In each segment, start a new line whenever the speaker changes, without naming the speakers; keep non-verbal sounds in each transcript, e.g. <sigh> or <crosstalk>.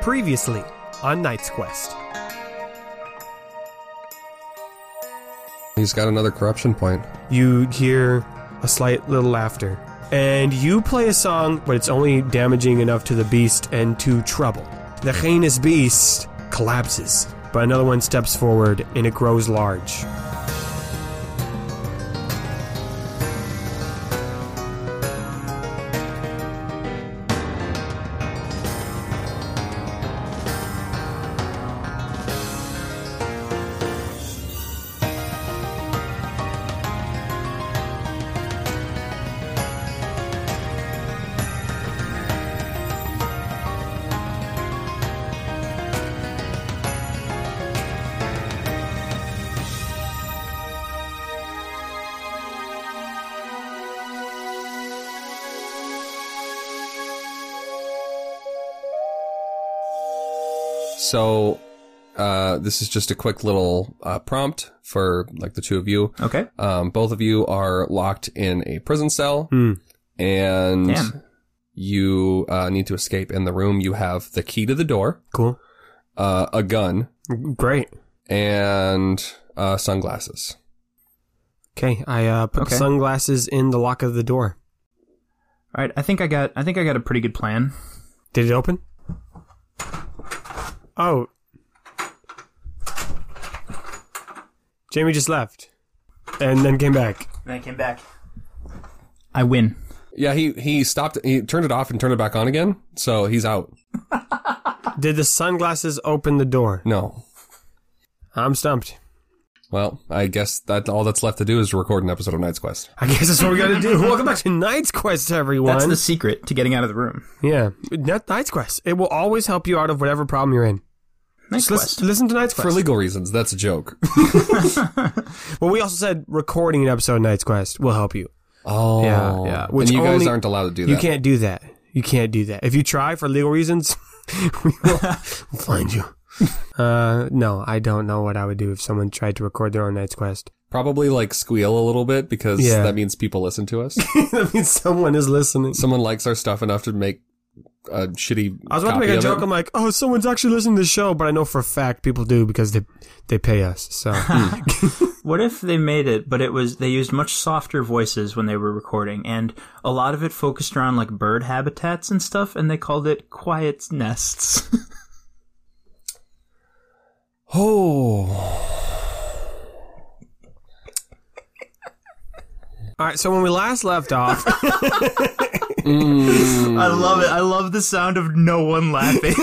Previously on Knight's Quest.
He's got another corruption point.
You hear a slight little laughter. And you play a song, but it's only damaging enough to the beast and to trouble. The heinous beast collapses, but another one steps forward and it grows large.
So, uh, this is just a quick little uh, prompt for like the two of you.
Okay.
Um, both of you are locked in a prison cell,
Hmm.
and
Damn.
you uh, need to escape. In the room, you have the key to the door,
Cool.
uh, a gun,
Great.
and uh, sunglasses.
Okay, I uh, put the
Okay.
sunglasses in the lock of the door.
All right. I think I got. I think I got a pretty good plan.
Did it open? Oh. Jamie just left and then came back.
Then I came back. I win.
Yeah, he he stopped. He turned it off and turned it back on again. So he's out.
Did the sunglasses open the door?
No.
I'm stumped.
Well, I guess that all that's left to do is record an episode of Night's Quest.
I guess that's what we gotta do. <laughs> Welcome back to Knight's Quest, everyone.
That's the secret to getting out of the room.
yeah, Not Knight's Quest. It will always help you out of whatever problem you're in.
Nice
Just listen,
quest.
listen to Knight's Quest.
For legal reasons, that's a joke.
well, we also said recording an episode of Knight's Quest will help you.
Oh,
Yeah, yeah. Which
Which and you guys
only-
aren't allowed to do that.
You can't do that. You can't do that. If you try for legal reasons, <laughs> we
<laughs>
will find you. Uh, no, I don't know what I would do if someone tried to record their own Knight's Quest. <laughs>
Probably like squeal a little bit because
Yeah.
that means people listen to <laughs> us.
that means someone is listening.
Someone likes our stuff enough to make a shitty.
I was about to
copy
make a
of
joke.
it.
I'm like, oh, someone's actually listening to the show, but I know for a fact people do because they they pay us. So
What if they made it, but it was they used much softer voices when they were recording, and a lot of it focused around like bird habitats and stuff, and they called it quiet nests. <laughs>
oh,
all right. So when we last left off,
I love it. I love the sound of no one laughing.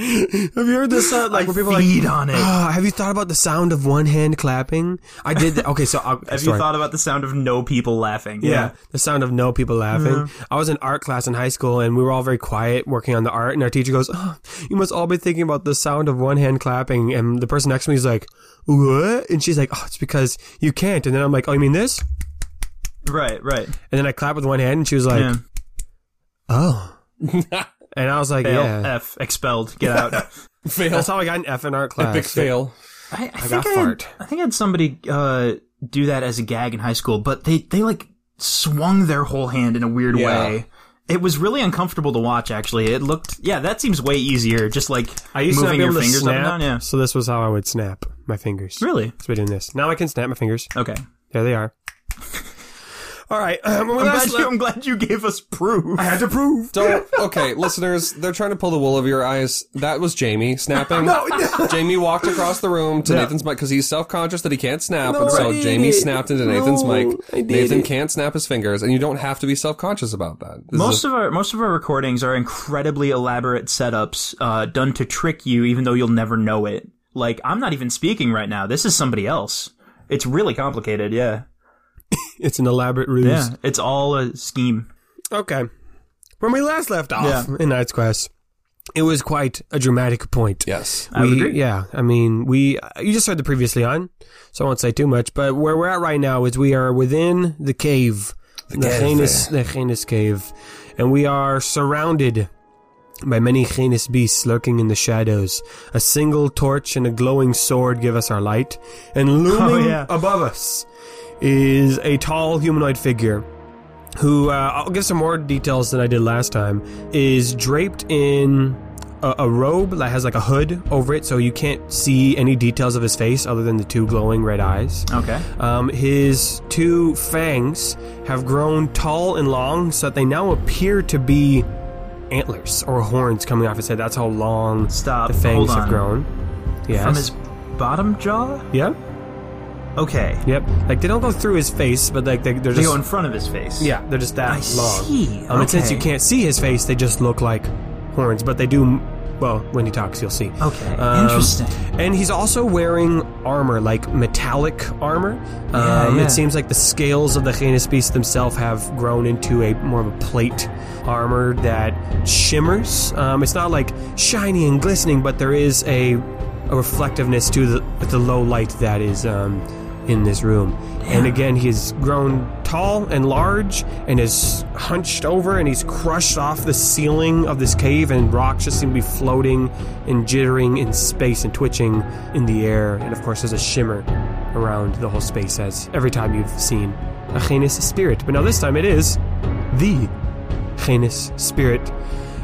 have you heard this? Uh, like
<laughs> like
where people are like,
feed on it. Have
"Ah, have you thought about the sound of one hand clapping? I did. That. Okay, so I'll,
you
story.
thought about the sound of no people laughing?
Yeah. the sound of no people laughing. I was in art class in high school, and we were all very quiet working on the art. And our teacher goes, oh, "You must all be thinking about the sound of one hand clapping." And the person next to me is like, "What?" And she's like, "Oh, it's because you can't." And then I'm like, "Oh, you mean this?"
Right. Right.
And then I clap with one hand, and she was like,
yeah.
"Oh." <laughs> and I was like,
Fail.
"Yeah."
F. Expelled. Get <laughs> out.
fail!
That's how I got an F in art class.
Epic fail.
I, I,
got
think I, had,
fart.
I think I had somebody uh, do that as a gag in high school, but they, they like swung their whole hand in a weird
Yeah.
way. It was really uncomfortable to watch. Actually, it looked yeah. That seems way easier. Just like
I used to
moving
not
your
be able
fingers
to snap,
up and down.
so this was how I would snap my fingers.
Yeah, really.
So we're doing this now. I can snap my fingers.
Okay.
There they
<laughs>
are. all right. uh, when we
I'm
last
glad, you,
left-
I'm glad you gave us proof.
I had to prove.
Don't. <laughs> Okay, listeners, they're trying to pull the wool over your eyes. That was Jamie snapping.
<laughs> No, no.
Jamie walked across the room to
No.
Nathan's mic because he's self-conscious that he can't snap,
No,
and so
I did
Jamie
it.
snapped into Nathan's
No,
mic.
I did
Nathan
it.
can't snap his fingers, and you don't have to be self-conscious about that. This is
Most of our most of our recordings are incredibly elaborate setups uh, done to trick you, even though you'll never know it. Like I'm not even speaking right now. This is somebody else. It's really complicated. Yeah.
It's an elaborate ruse.
Yeah, it's all a scheme.
Okay. When we last left off
Yeah.
in Knight's Quest, it was quite a dramatic point.
a, yes.
I would
We-
agree.
Yeah, I mean, we you just heard the previously on, so I won't say too much. But where we're at right now is we are within the cave, the,
cave.
Janus, the Janus cave, and we are surrounded by many heinous beasts lurking in the shadows. A single torch and a glowing sword give us our light,
<laughs>
and looming
Oh, yeah.
above us is a tall humanoid figure who, uh, I'll give some more details than I did last time, is draped in a, a robe that has like a hood over it, so you can't see any details of his face other than the two glowing red eyes.
Okay.
Um, his two fangs have grown tall and long, so that they now appear to be antlers or horns coming off his head. That's how long
Stop.
the fangs
Hold on.
have grown. Yes.
From his bottom jaw?
Yep.
Okay.
Yep. Like they don't go through his face, but like they, they're
They
just
go in front of his face.
yeah, they're just that
I
long.
see.
Um, and since you
Okay.
can't see his face, they just look like horns, but they do. Well, when he talks, you'll see.
Okay.
Um,
Interesting.
And he's also wearing armor, like metallic armor.
Yeah,
um,
yeah.
It seems like the scales of the heinous beast themselves have grown into a more of a plate armor that shimmers. Um, it's not like shiny and glistening, but there is a, a reflectiveness to the, the low light that is um, in this room. And again, he's grown tall and large and is hunched over and he's crushed off the ceiling of this cave and rocks just seem to be floating and jittering in space and twitching in the air. And of course, there's a shimmer around the whole space as every time you've seen a Janus spirit. But now this time it is the Janus spirit.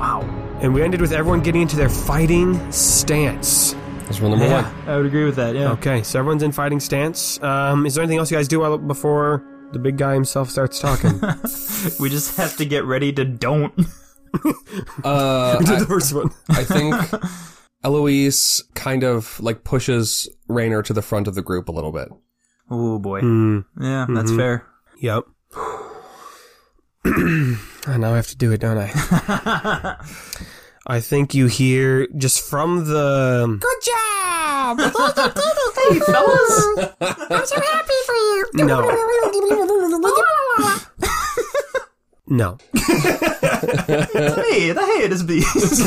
Wow.
And we ended with everyone getting into their fighting stance.
That's rule number
Yeah,
one.
I would agree with that. Yeah.
Okay, so everyone's in fighting stance. Um, is there anything else you guys do while- before the big guy himself starts talking? <laughs>
We just have to get ready to don't. <laughs>
<laughs> Uh,
to
I-
the first one.
I <laughs> think Eloise kind of like pushes Rainer to the front of the group a little bit.
Oh boy.
Hmm.
Yeah, that's
Mm-hmm.
fair.
Yep. I now have to do it, don't I? <laughs> I think you hear just from the. um, Good job! I'm so happy for you! No. no.
Hey, the hiatus
<laughs>
beast.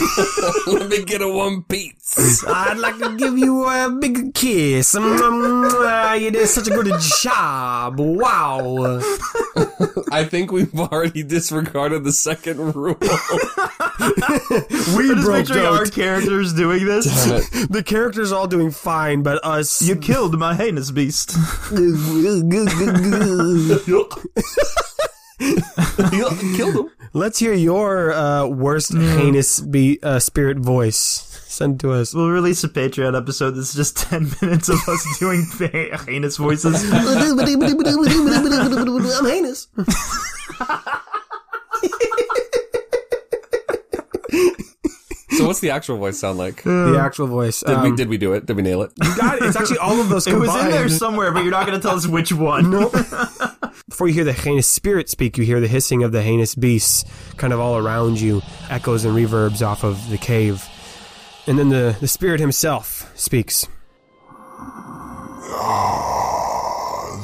<laughs> Let me get a one piece.
I'd like to give you a big kiss. Mm, uh, you did such a good job. Wow.
<laughs> I think we've already disregarded the second rule. <laughs>
We
I'm <laughs> just picturing our characters doing this.
The characters are all doing fine, but us.
You killed my heinous
<laughs>
<laughs>
beast.
Killed him.
Let's hear your uh, worst heinous be- uh, spirit voice. Send it to us.
We'll release a Patreon episode that's just 10 <laughs> minutes of us doing fa- heinous voices.
I'm heinous.
So what's the actual voice sound like? Did
The actual voice.
we
Um,
did we do it? Did we nail it?
you <laughs> got <laughs> it. It's actually all of those
It
combined.
was in there somewhere, but you're not going to tell us which one.
Before you hear the heinous spirit speak, you hear the hissing of the heinous beasts kind of all around you, echoes and reverbs off of the cave. And then the, the spirit himself speaks.
Ah,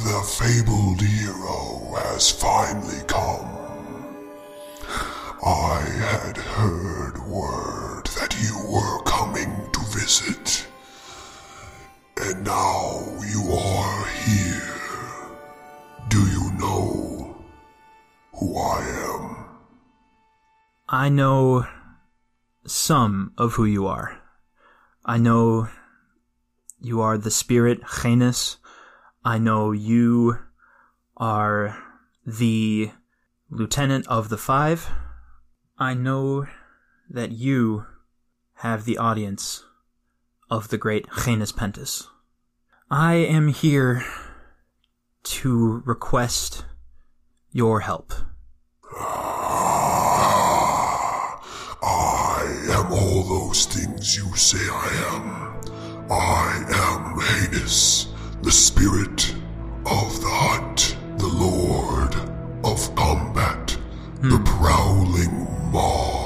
The fabled hero has finally come. I had heard word that you were coming to visit. And now you are here. Do you know who I am?
I know some of who you are. I know you are the spirit, Janus. I know you are the lieutenant of the five. I know that you have the audience of the great Janus Pentus. I am here to request your help.
Ah, I am all those things you say I am. I am Hades, the spirit of the hut, the lord of combat, the prowling maw.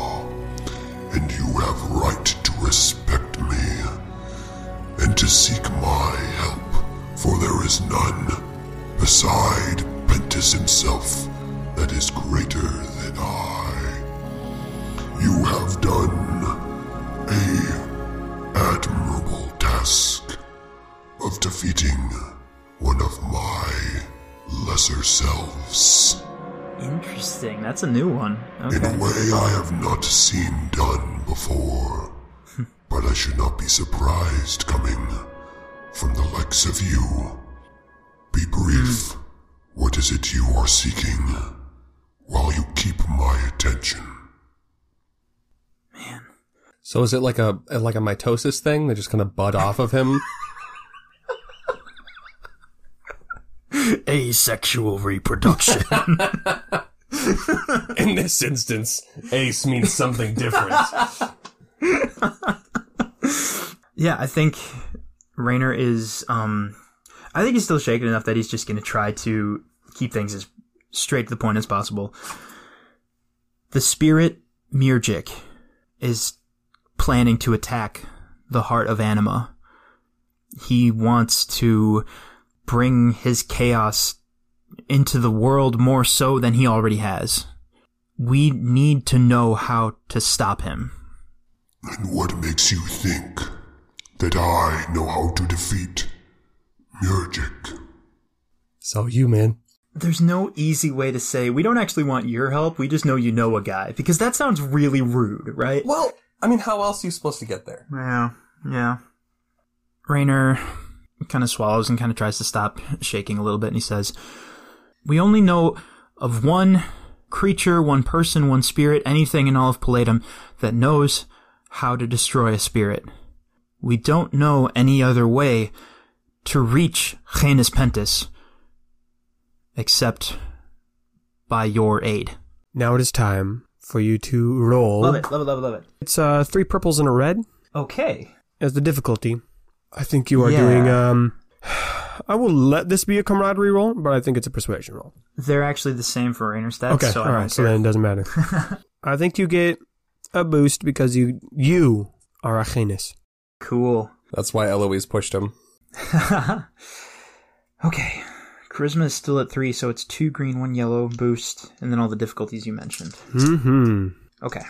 And you have right to respect me and to seek my help, for there is none beside Pentus himself that is greater than I. You have done a admirable task of defeating one of my lesser selves
Interesting. That's a new one.
in
Okay.
<laughs> a way I have not seen done before. but I should not be surprised coming from the likes of you. Be brief. What is it you are seeking while you keep my attention?
So is it like a like a mitosis thing? They just kind of bud off of him.
Asexual
<laughs>
reproduction.
In this instance, ace means something different.
yeah, I think Rayner is. Um, I think he's still shaken enough that he's just going to try to keep things as straight to the point as possible. The spirit Murgic is planning to attack the heart of Anima. He wants to bring his chaos into the world more so than he already has. We need to know how to stop him.
And what makes you think that I know how to defeat Murgic?
<laughs> So you, man.
There's no easy way to say, we don't actually want your help, we just know you know a guy. Because that sounds really rude, right?
Well, I mean, how else are you supposed to get there?
Yeah, yeah. Rayner kind of swallows and kind of tries to stop shaking a little bit, and he says, "We only know of one creature, one person, one spirit, anything in all of Palladium that knows how to destroy a spirit. We don't know any other way to reach Janus Pentis except by your aid."
Now it is time for you to roll.
love it, love it, love it.
It's uh, three purples and a red
Okay.
as the difficulty. I think you are
Yeah.
doing. Um, <sighs> I will let this be a camaraderie roll, but I think it's a persuasion roll.
They're actually the same for Rayner's stats,
okay,
so I
all
don't
right. So
care.
then it doesn't matter.
<laughs>
I think you get a boost because you you are a genus.
Cool.
That's why Eloise pushed him.
<laughs> okay. Charisma is still at three, so it's two green, one yellow, boost, and then all the difficulties you mentioned.
Mm-hmm.
Okay.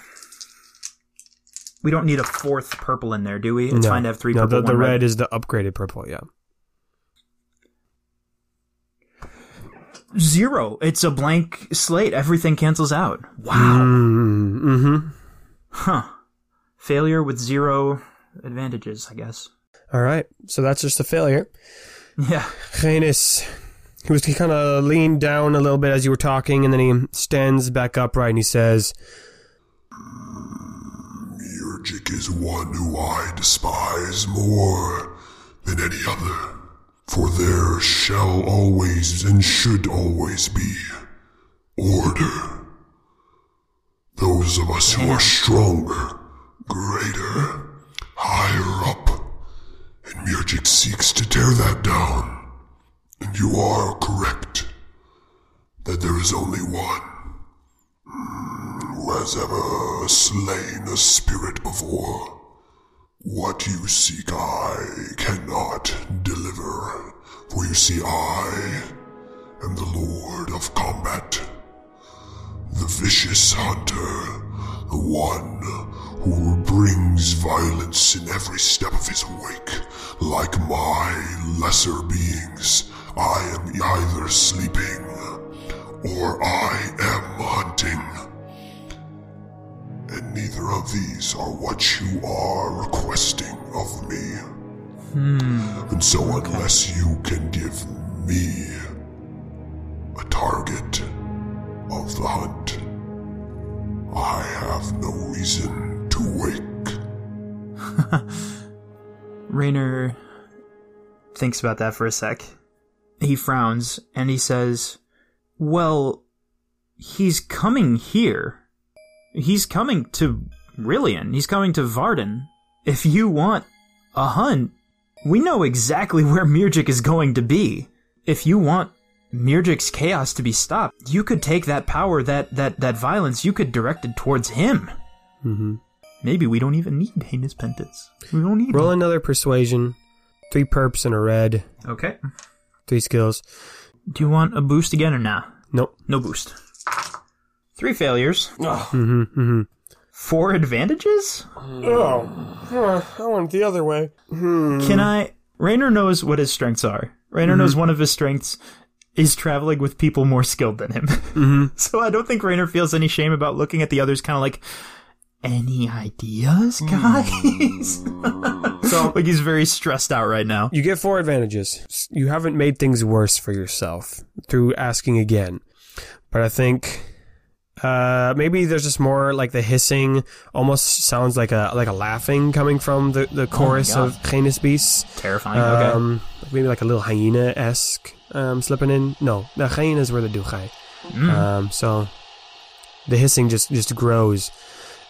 We don't need a fourth purple in there, do we? It's
no.
fine to have three
No,
purple.
the, the
one
red.
red.
is the upgraded purple. Yeah.
zero. It's a blank slate. Everything cancels out. Wow.
Mm-hmm.
Huh. Failure with zero advantages, I guess. <laughs>
All right. So that's just a failure.
Yeah.
Janus, he was he kind of leaned down a little bit as you were talking, and then he stands back upright and he says,
Murgic is one who I despise more than any other, for there shall always and should always be order. Those of us who are stronger, greater, higher up, and Murgic seeks to tear that down. And you are correct that there is only one who has ever slain a spirit before. What you seek I cannot deliver, for you see I am the Lord of Combat, the vicious hunter, the one who brings violence in every step of his wake. Like my lesser beings, I am either sleeping or I am hunting and neither of these are what you are requesting of me. And so, unless you can give me a target of the hunt, I have no reason to wake.
Rayner thinks about that for a sec. He frowns and he says, Well, he's coming here. He's coming to Rillian. He's coming to Varden. If you want a hunt, we know exactly <laughs> where Murgic is going to be. If you want Murgic's chaos to be stopped, you could take that power, that, that, that violence, you could direct it towards him.
mm-hmm.
Maybe we don't even need heinous penance. We don't need
roll another persuasion, three perps and a red,
Okay.
three skills.
Do you want a boost again or nah?
Nope.
No boost. Three failures.
Mm-hmm. Mm-hmm.
Four advantages?
Oh, I went the other way. Hmm.
Can I? Raynor knows what his strengths are. Raynor knows
Mm-hmm.
one of his strengths is traveling with people more skilled than him.
Mm-hmm.
<laughs> so I don't think Raynor feels any shame about looking at the others kind of like, any ideas,
Hmm. <laughs>
guys? <laughs> so, like he's very stressed out right now.
You get four advantages. You haven't made things worse for yourself through asking again. But I think Uh, maybe there's just more like the hissing almost sounds like a like a laughing coming from the, the chorus
Oh God.
of Canis Beasts.
Terrifying. Okay.
Um, Maybe like a little hyena esque um, slipping in. No, the hyenas were the duchai.
Mm.
Um, so the hissing just just grows,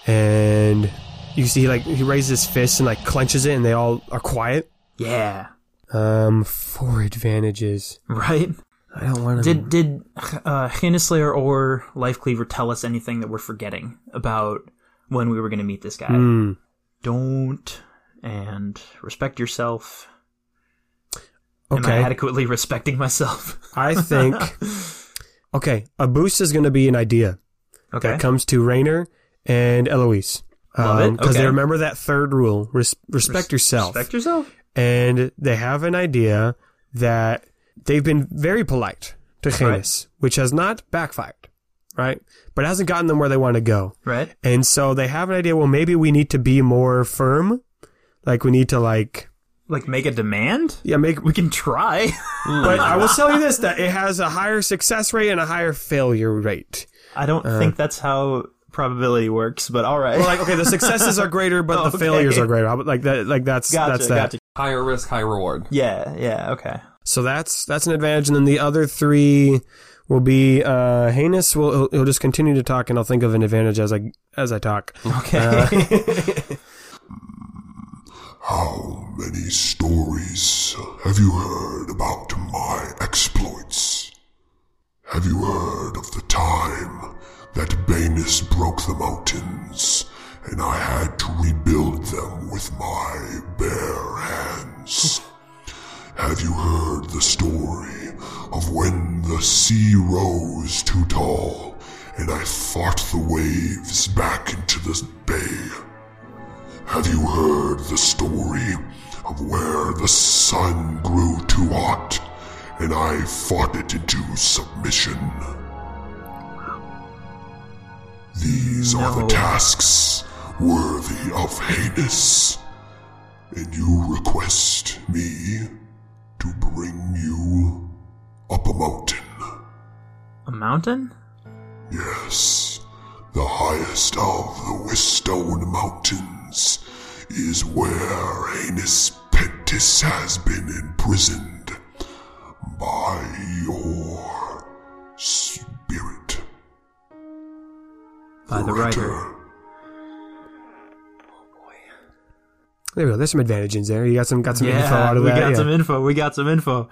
and you see like he raises his fist and like clenches it, and they all are quiet.
yeah.
Um, four advantages.
Right.
I don't want to.
Did did uh, Slayer or Life Cleaver tell us anything that we're forgetting about when we were going to meet this guy?
Mm.
Don't and respect yourself. Am I
Okay,
adequately respecting myself?
I think.
<laughs>
Okay, a boost is going to be an idea.
okay.
that comes to Rainer and Eloise.
Love it.
Because they
Okay.
remember that third rule res- respect yourself.
Respect yourself.
and they have an idea that they've been very polite to Janus, which has not backfired, right? But it hasn't gotten them where they want to go.
Right.
And so they have an idea well, maybe we need to be more firm. Like, we need to, like,
Like make a demand.
yeah, make.
We can try. <laughs>
But I will tell you this that it has a higher success rate and a higher failure rate.
I don't think that's how probability works, but all right.
Uh-huh. Well, like okay, the successes are greater, but the
<laughs> Okay.
failures are greater. How- Like that, like that's
<laughs> gotcha.
that's that.
gotcha.
Higher risk, high reward.
Yeah. Yeah. Okay.
So that's that's an advantage, and then the other three will be uh, heinous. Will he'll, he'll just continue to talk, and I'll think of an advantage as I as I talk.
Okay.
Uh-huh.
How many stories have you heard about my exploits? Have you heard of the time that Banus broke the mountains and I had to rebuild them with my bare hands? <laughs> Have you heard the story of when the sea rose too tall and I fought the waves back into the bay? Have you heard the story of where the sun grew too hot and I fought it into submission? These are
No.
the tasks worthy of Hades. And you request me to bring you up a mountain.
<laughs> a mountain.
Yes, the highest of the Wistone Mountains is where Anus Pentis has been imprisoned by your spirit.
By the writer.
There we go. There's some advantages there. You got some got some
yeah,
info out of
we
that.
got
yeah.
some info. We got some info.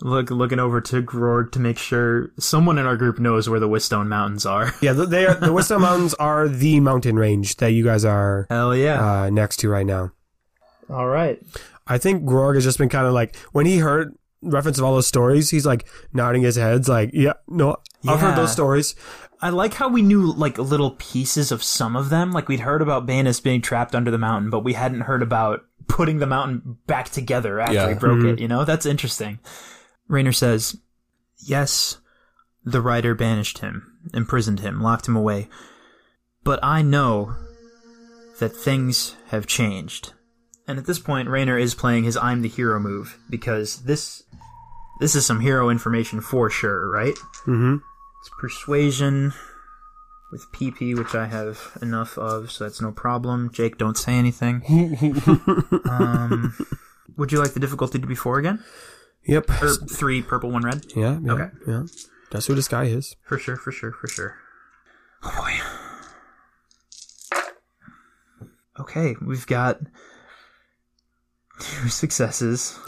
Look, looking over to Grog to make sure someone in our group knows where the Whitstone Mountains are. <laughs>
yeah, th- they are, the Whistler Mountains are the mountain range that you guys are
Hell yeah!
uh, next to right now. Uh,
All right.
I think Grog has just been kind of like when he heard reference of all those stories, he's like nodding his head's like, yeah, no, I've heard
Yeah.
those stories.
I like how we knew like little pieces of some of them. Like we'd heard about Banus being trapped under the mountain, but we hadn't heard about putting the mountain back together after
Yeah.
he broke it. You know, that's interesting. Rainer says, "Yes, the writer banished him, imprisoned him, locked him away. But I know that things have changed." And at this point, Rainer is playing his "I'm the hero" move because this this is some hero information for sure, right?
Mm-hmm.
It's persuasion with PP, which I have enough of, so that's no problem. Jake, don't say anything. um, would you like the difficulty to be four again?
Yep.
Or three purple, one red?
Yeah, yeah.
Okay.
Yeah. That's who this guy is.
For sure, for sure, for sure. Oh boy. Okay, we've got two <laughs> successes.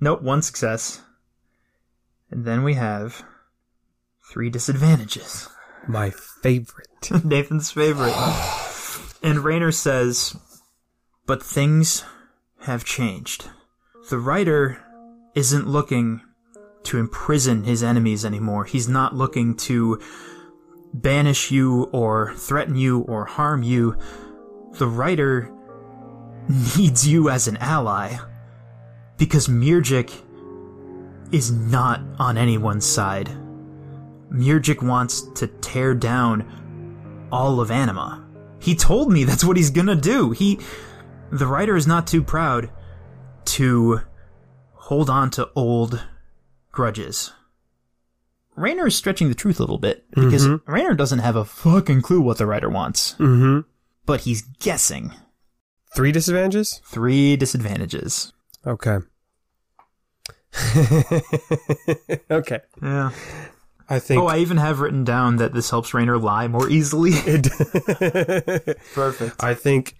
nope, one success. And then we have three disadvantages.
My favorite.
<laughs> Nathan's favorite. and Rayner says, But things have changed. The writer isn't looking to imprison his enemies anymore. He's not looking to banish you or threaten you or harm you. The writer needs you as an ally because Murgic is not on anyone's side. Murgic wants to tear down all of Anima. He told me that's what he's gonna do. He, the writer is not too proud to hold on to old grudges. Rayner is stretching the truth a little bit because Rayner doesn't have a fucking clue what the writer wants,
Mm-hmm.
but he's guessing.
Three disadvantages?
Three disadvantages.
Okay. <laughs> okay.
Yeah.
I <laughs> think
Oh, I even have written down that this helps Rayner lie more easily.
it
Perfect.
I think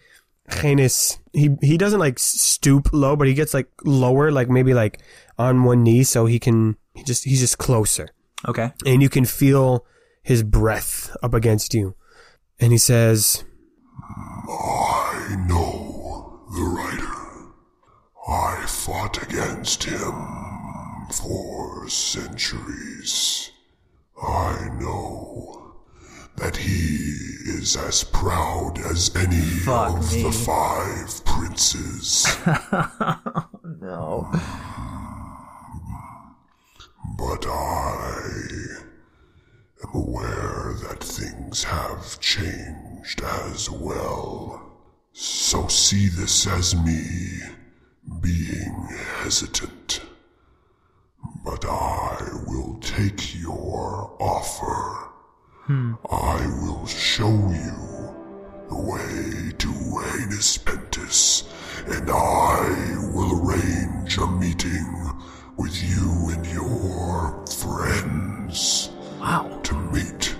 Genis he he doesn't like stoop low, but he gets like lower, like maybe like on one knee, so he can he just he's just closer.
Okay.
and you can feel his breath up against you. And he says,
I know the writer. I fought against him for centuries. I know that he is as proud as any
Fuck
of
me.
the five princes.
No.
But I am aware that things have changed as well. So see this as me being hesitant. But I will take your offer. I will show you the way to Anus Pentis, and I will arrange a meeting with you and your friends
Wow.
to meet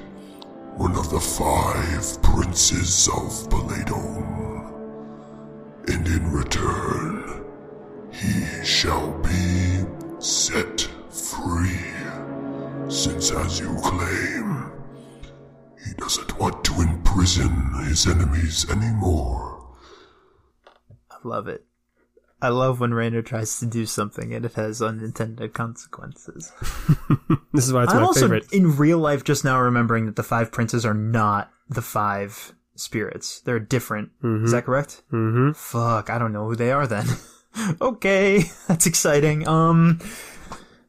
one of the five princes of Paladon. And in return, he shall be set free. Since, as you claim, he doesn't want to imprison his enemies anymore.
I love it. I love when Rayner tries to do something and it has unintended consequences.
"This is why it's
I'm
my
also
favorite."
in real life just now remembering that the five princes are not the five spirits. They're different. Is that correct?
Mm-hmm.
Fuck, I don't know who they are then. <laughs> okay, <laughs> that's exciting. Um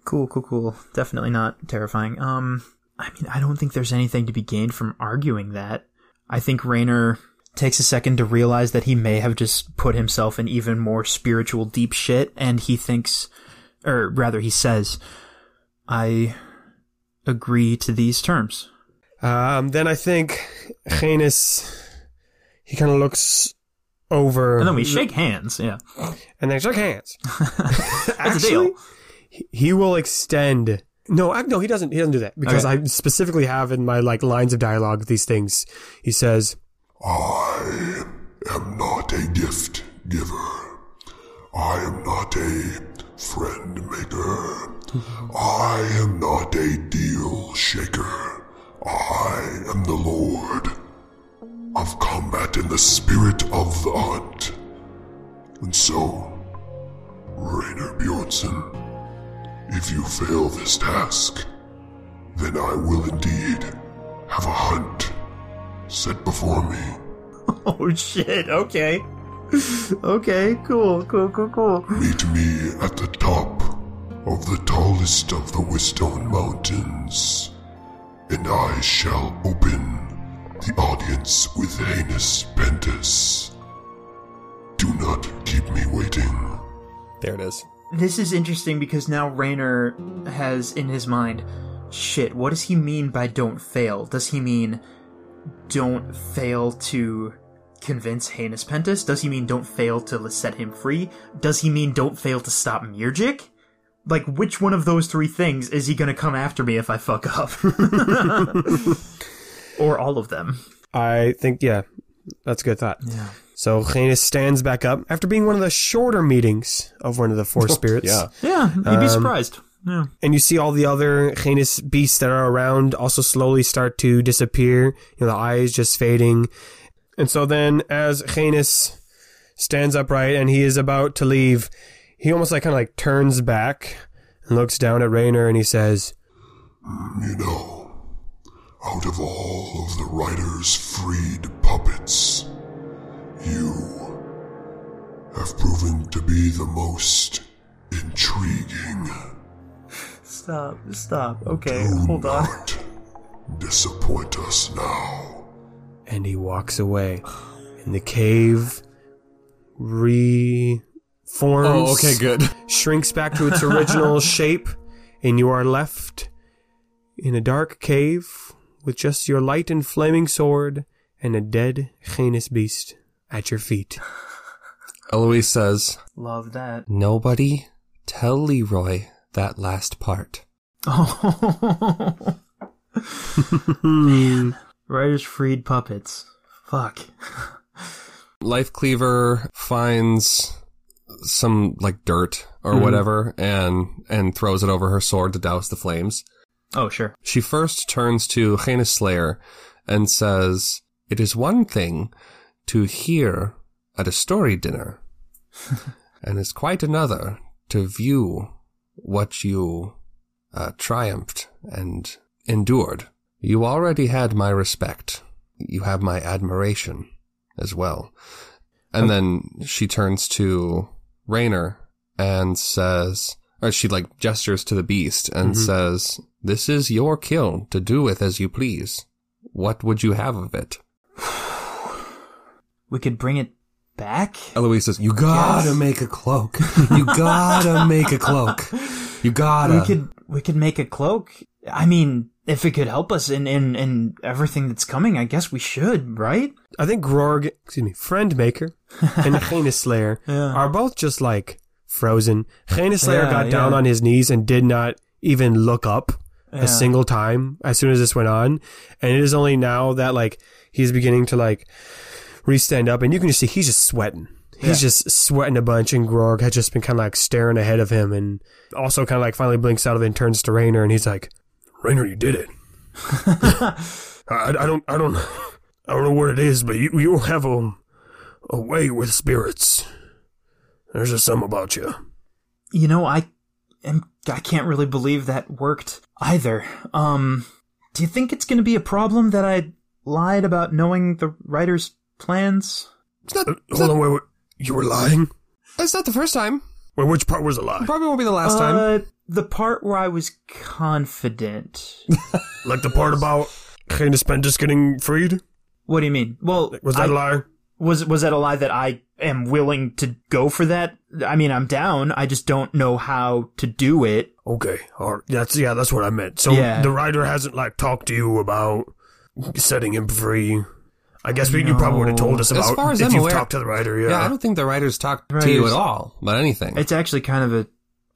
cool, cool, cool. Definitely not terrifying. Um I mean, I don't think there's anything to be gained from arguing that. I think Rayner takes a second to realize that he may have just put himself in even more spiritual deep shit and he thinks or rather he says I agree to these terms.
Um, then I think Genis he kind of looks over,
And then we shake hands, yeah.
and they shake hands.
That's a deal.
He will extend. No, I, no, he doesn't. He doesn't do that because
Okay.
I specifically have in my like lines of dialogue these things. He says,
I am not a gift giver. I am not a friend maker. I am not a deal shaker. I am the Lord of combat in the spirit of the hunt. And so, Rainer Bjornson, if you fail this task, then I will indeed have a hunt set before me.
<laughs> Oh shit, okay. okay, cool, cool, cool, cool.
Meet me at the top of the tallest of the Wistone Mountains, and I shall open the audience with Hanus Pentus. Do not keep me waiting.
There it is.
This is interesting because now Rayner has in his mind, shit, what does he mean by don't fail? Does he mean don't fail to convince Hanus Pentus? Does he mean don't fail to set him free? Does he mean don't fail to stop Murgic? Like, which one of those three things is he gonna come after me if I fuck up? <laughs> or all of them.
"I think, yeah, that's a good thought."
Yeah.
So Genis stands back up after being one of the shorter meetings of one of the
<laughs>
four spirits.
Yeah.
Yeah, you'd be surprised. Yeah.
and you see all the other heinous beasts that are around also slowly start to disappear. You know, the eyes just fading. And so then, as heinous stands upright and he is about to leave, he almost like kind of like turns back and looks down at Raynor and he says,
You know, out of all of the writer's freed puppets, you have proven to be the most intriguing.
Stop, stop. Okay,
Do
hold
<laughs>
on.
not disappoint us now.
and he walks away. And the cave reforms.
Oh, okay, good.
shrinks back to its original shape, and you are left in a dark cave with just your light and flaming sword and a dead heinous beast at your feet.
<laughs> Eloise says, <laughs>
Love that. <laughs>
Nobody tell Leroy that last part.
Oh. Writers freed puppets. Fuck.
Life Cleaver finds some like dirt or
Mhm.
whatever and and throws it over her sword to douse the flames.
Oh, sure.
She first turns to Heinous Slayer and says, It is one thing to hear at a story dinner, and it's quite another to view what you uh, triumphed and endured. You already had my respect. You have my admiration as well. And then she turns to Rainer and says, or she like gestures to the beast and says, This is your kill to do with as you please. What would you have of it?
We could bring it back?
Eloise says, You gotta make a cloak. You
<laughs>
gotta make a cloak. You gotta.
we could we could make a cloak. I mean, if it could help us in, in, in everything that's coming, I guess we should, right?
<laughs> I think Grorg, excuse me, Friend Maker and
<laughs>
Heinous Slayer
Yeah.
are both just like frozen. Heinous Slayer
Yeah,
got down
yeah.
on his knees and did not even look up
Yeah.
a single time as soon as this went on. And it is only now that like he's beginning to like re stand up and you can just see he's just sweating. He's just sweating a bunch and Grog had just been kinda like staring ahead of him and also kinda like finally blinks out of it and turns to Rainer and he's like, Rainer, you did it. I, I don't I don't I don't know what it is, but you you have a a way with spirits. There's just something about you.
You know, I am I can't really believe that worked either. Um do you think it's gonna be a problem that I lied about knowing the writer's plans?
it's, not, it's,
Hold
not,
on, wait, wait. You were lying?
it's not the first time.
Wait, which part was a lie?
Probably won't be the last time.
Uh, the part where I was confident.
Like the part about Heinous Pendus getting freed?
what do you mean? Well,
Was that
I-
a lie?
was was that a lie that I am willing to go for that? I mean, I'm down. I just don't know how to do it.
Okay, all right. that's yeah, that's what I meant. So
Yeah.
the writer hasn't like talked to you about setting him free. I guess we, you probably would have told us
As
about
far as
if
I'm
you've
aware-
talked to the writer. Yeah,
yeah. I don't think the writers talked to you
Writers-
at all about anything.
It's actually kind of a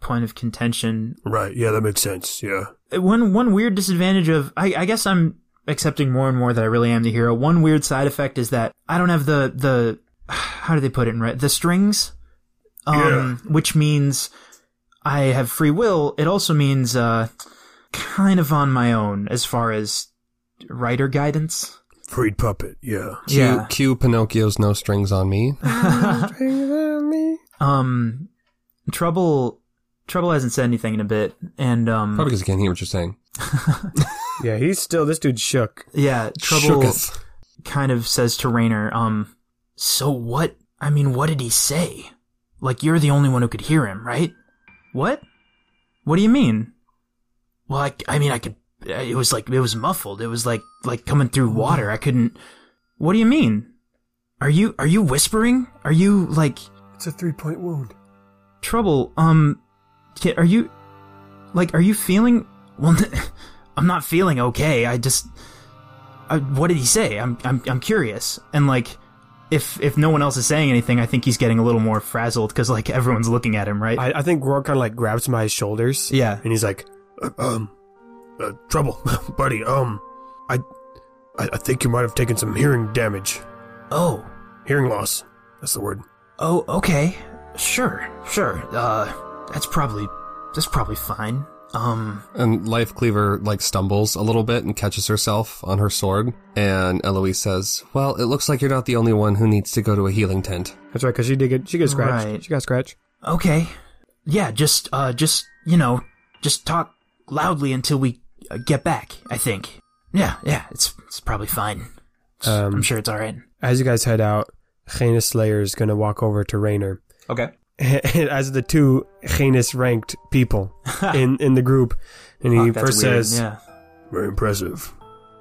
point of contention.
right. Yeah, that makes sense. Yeah,
One one weird disadvantage of I, I guess I'm accepting more and more that I really am the hero. One weird side effect is that I don't have the the <sighs> how do they put it in right the strings, um, which means I have free will. It also means uh, kind of on my own as far as writer guidance.
freed puppet. Yeah,
Cue, cue Pinocchio's No Strings on <laughs> Me.
Um, trouble. Trouble hasn't said anything in a bit, and um,
Probably because you can't hear what you're saying.
yeah. He's still this dude shook.
yeah, trouble
Shooketh.
kind of says to Rainer, um, so what? I mean, what did he say? Like you're the only one who could hear him, right? What? What do you mean? Well, I, I mean, I could. It was like it was muffled. It was like like coming through water. I couldn't. What do you mean? Are you are you whispering? Are you like?
It's a three point wound.
trouble. Um, ki- are you, like, are you feeling? Well, <laughs> I'm not feeling okay. I just, I, what did he say? I'm, I'm, I'm curious. And like, if if no one else is saying anything, I think he's getting a little more frazzled because like everyone's looking at him, right?
I, I think Roar kind of like grabs my shoulders.
yeah.
and he's like, uh, um, uh, trouble, <laughs> buddy. Um, I, I, I think you might have taken some hearing damage,
Oh.
hearing loss. That's the word.
Oh. Okay. Sure. Sure. Uh, that's probably that's probably fine. Um.
And Life Cleaver like stumbles a little bit and catches herself on her sword. And Eloise says, "Well, it looks like you're not the only one who needs to go to a healing tent."
That's right, because she did get she got
scratched. Right. She
got scratched.
Okay. Yeah, just uh just, you know, just talk loudly until we uh, get back, I think. Yeah, yeah, it's it's probably fine. It's-
Um,
I'm sure it's all right.
As you guys head out, Heinous Slayer is gonna walk over to Raynor. <laughs>
Okay.
and as the two heinous ranked
<laughs>
people in, in the group, and he first says,
yeah.
"Very impressive.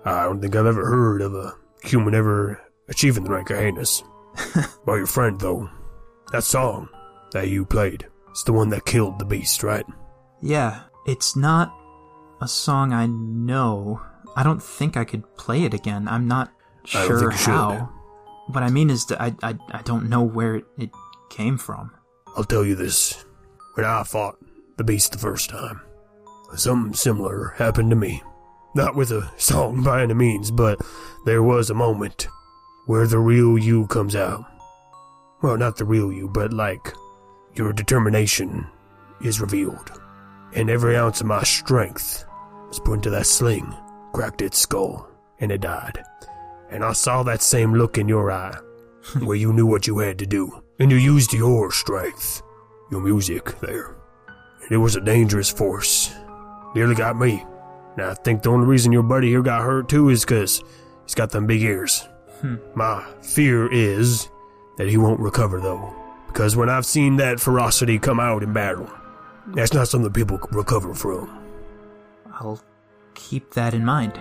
I don't think I've ever heard of a human ever achieving the rank of
<laughs>
heinous." By your friend, though, that song that you played, it's the one that killed the beast, right?
Yeah, it's not a song I know. I don't think I could play it again. I'm not
I don't
sure
think you should.
how. What I mean is, that I, I, I don't know where it, it came from.
I'll tell you this. When I fought the beast the first time, something similar happened to me. Not with a song by any means, but there was a moment where the real you comes out. Well, not the real you, but like your determination is revealed. And every ounce of my strength was put into that sling, cracked its skull, and it died. And I saw that same look in your eye where you knew what you had to do, and you used your strength, your music there. And it was a dangerous force. Nearly got me. And I think the only reason your buddy here got hurt too is because he's got them big ears. My fear is that he won't recover though, because when I've seen that ferocity come out in battle, that's not something people c- recover from.
I'll keep that in mind.